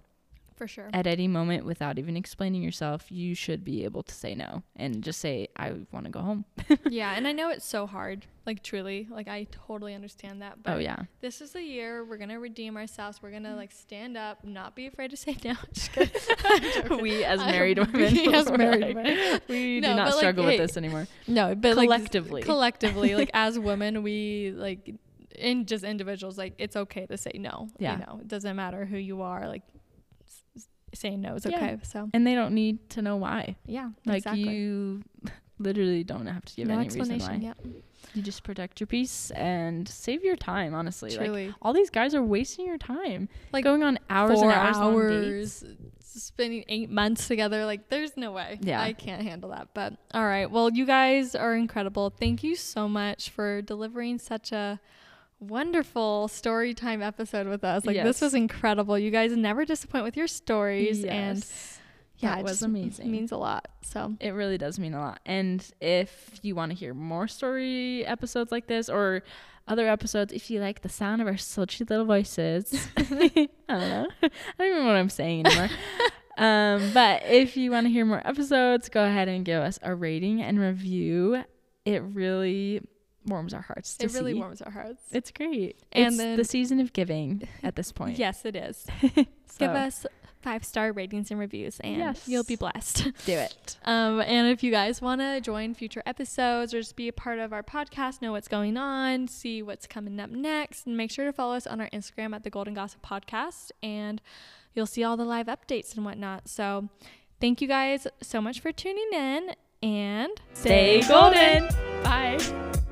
S1: for sure.
S2: at any moment without even explaining yourself you should be able to say no and just say i want to go home
S1: yeah, and I know it's so hard. Like truly. Like I totally understand that. But
S2: oh yeah
S1: this is the year we're gonna redeem ourselves. We're gonna like stand up, not be afraid to say no. Just kidding. Mm. I'm joking.
S2: we as
S1: I-
S2: married women
S1: we as
S2: we're
S1: married
S2: like,
S1: women.
S2: we
S1: No,
S2: do not
S1: but, like,
S2: struggle
S1: hey,
S2: with this anymore
S1: No, but like,
S2: Collectively.
S1: collectively, like as women, we like in just individuals, like it's okay to say no.
S2: Yeah.
S1: you know, it doesn't matter who you are. Like s- s- saying no is
S2: Yeah.
S1: okay. So
S2: and they don't need to know why
S1: yeah,
S2: Like
S1: exactly.
S2: you literally don't have to give
S1: no
S2: any reason why.
S1: explanation. Yeah,
S2: You just protect your peace and save your time, honestly. Like
S1: truly.
S2: all these guys are wasting your time.
S1: Like,
S2: Like going on hours
S1: Four
S2: and hours, long dates.
S1: hours, spending eight months together. Like there's no way.
S2: Yeah.
S1: I can't handle that. But all right, well, you guys are incredible. Thank you so much for delivering such a wonderful story time episode with us. Like this
S2: Yes.
S1: was incredible. You guys never disappoint with your stories and
S2: Yes.
S1: yeah,
S2: That
S1: it
S2: was
S1: just
S2: amazing.
S1: Means a lot. So
S2: It really does mean a lot. And if you want to hear more story episodes like this or other episodes, if you like the sound of our sultry little voices, I don't know. I don't even know what I'm saying anymore. um, but if you want to hear more episodes, go ahead and give us a rating and review. It really warms our hearts to
S1: it really
S2: see.
S1: warms our hearts.
S2: It's great.
S1: And
S2: it's
S1: then-
S2: the season of giving at this point.
S1: Yes, it is.
S2: So,
S1: Give us five star ratings and reviews, and
S2: Yes.
S1: you'll be blessed.
S2: do it.
S1: Um, and if you guys want to join future episodes or just be a part of our podcast, know what's going on, see what's coming up next, and make sure to follow us on our Instagram at the Golden Gossip Podcast, and you'll see all the live updates and whatnot. So, thank you guys so much for tuning in, and
S2: Stay golden. Bye.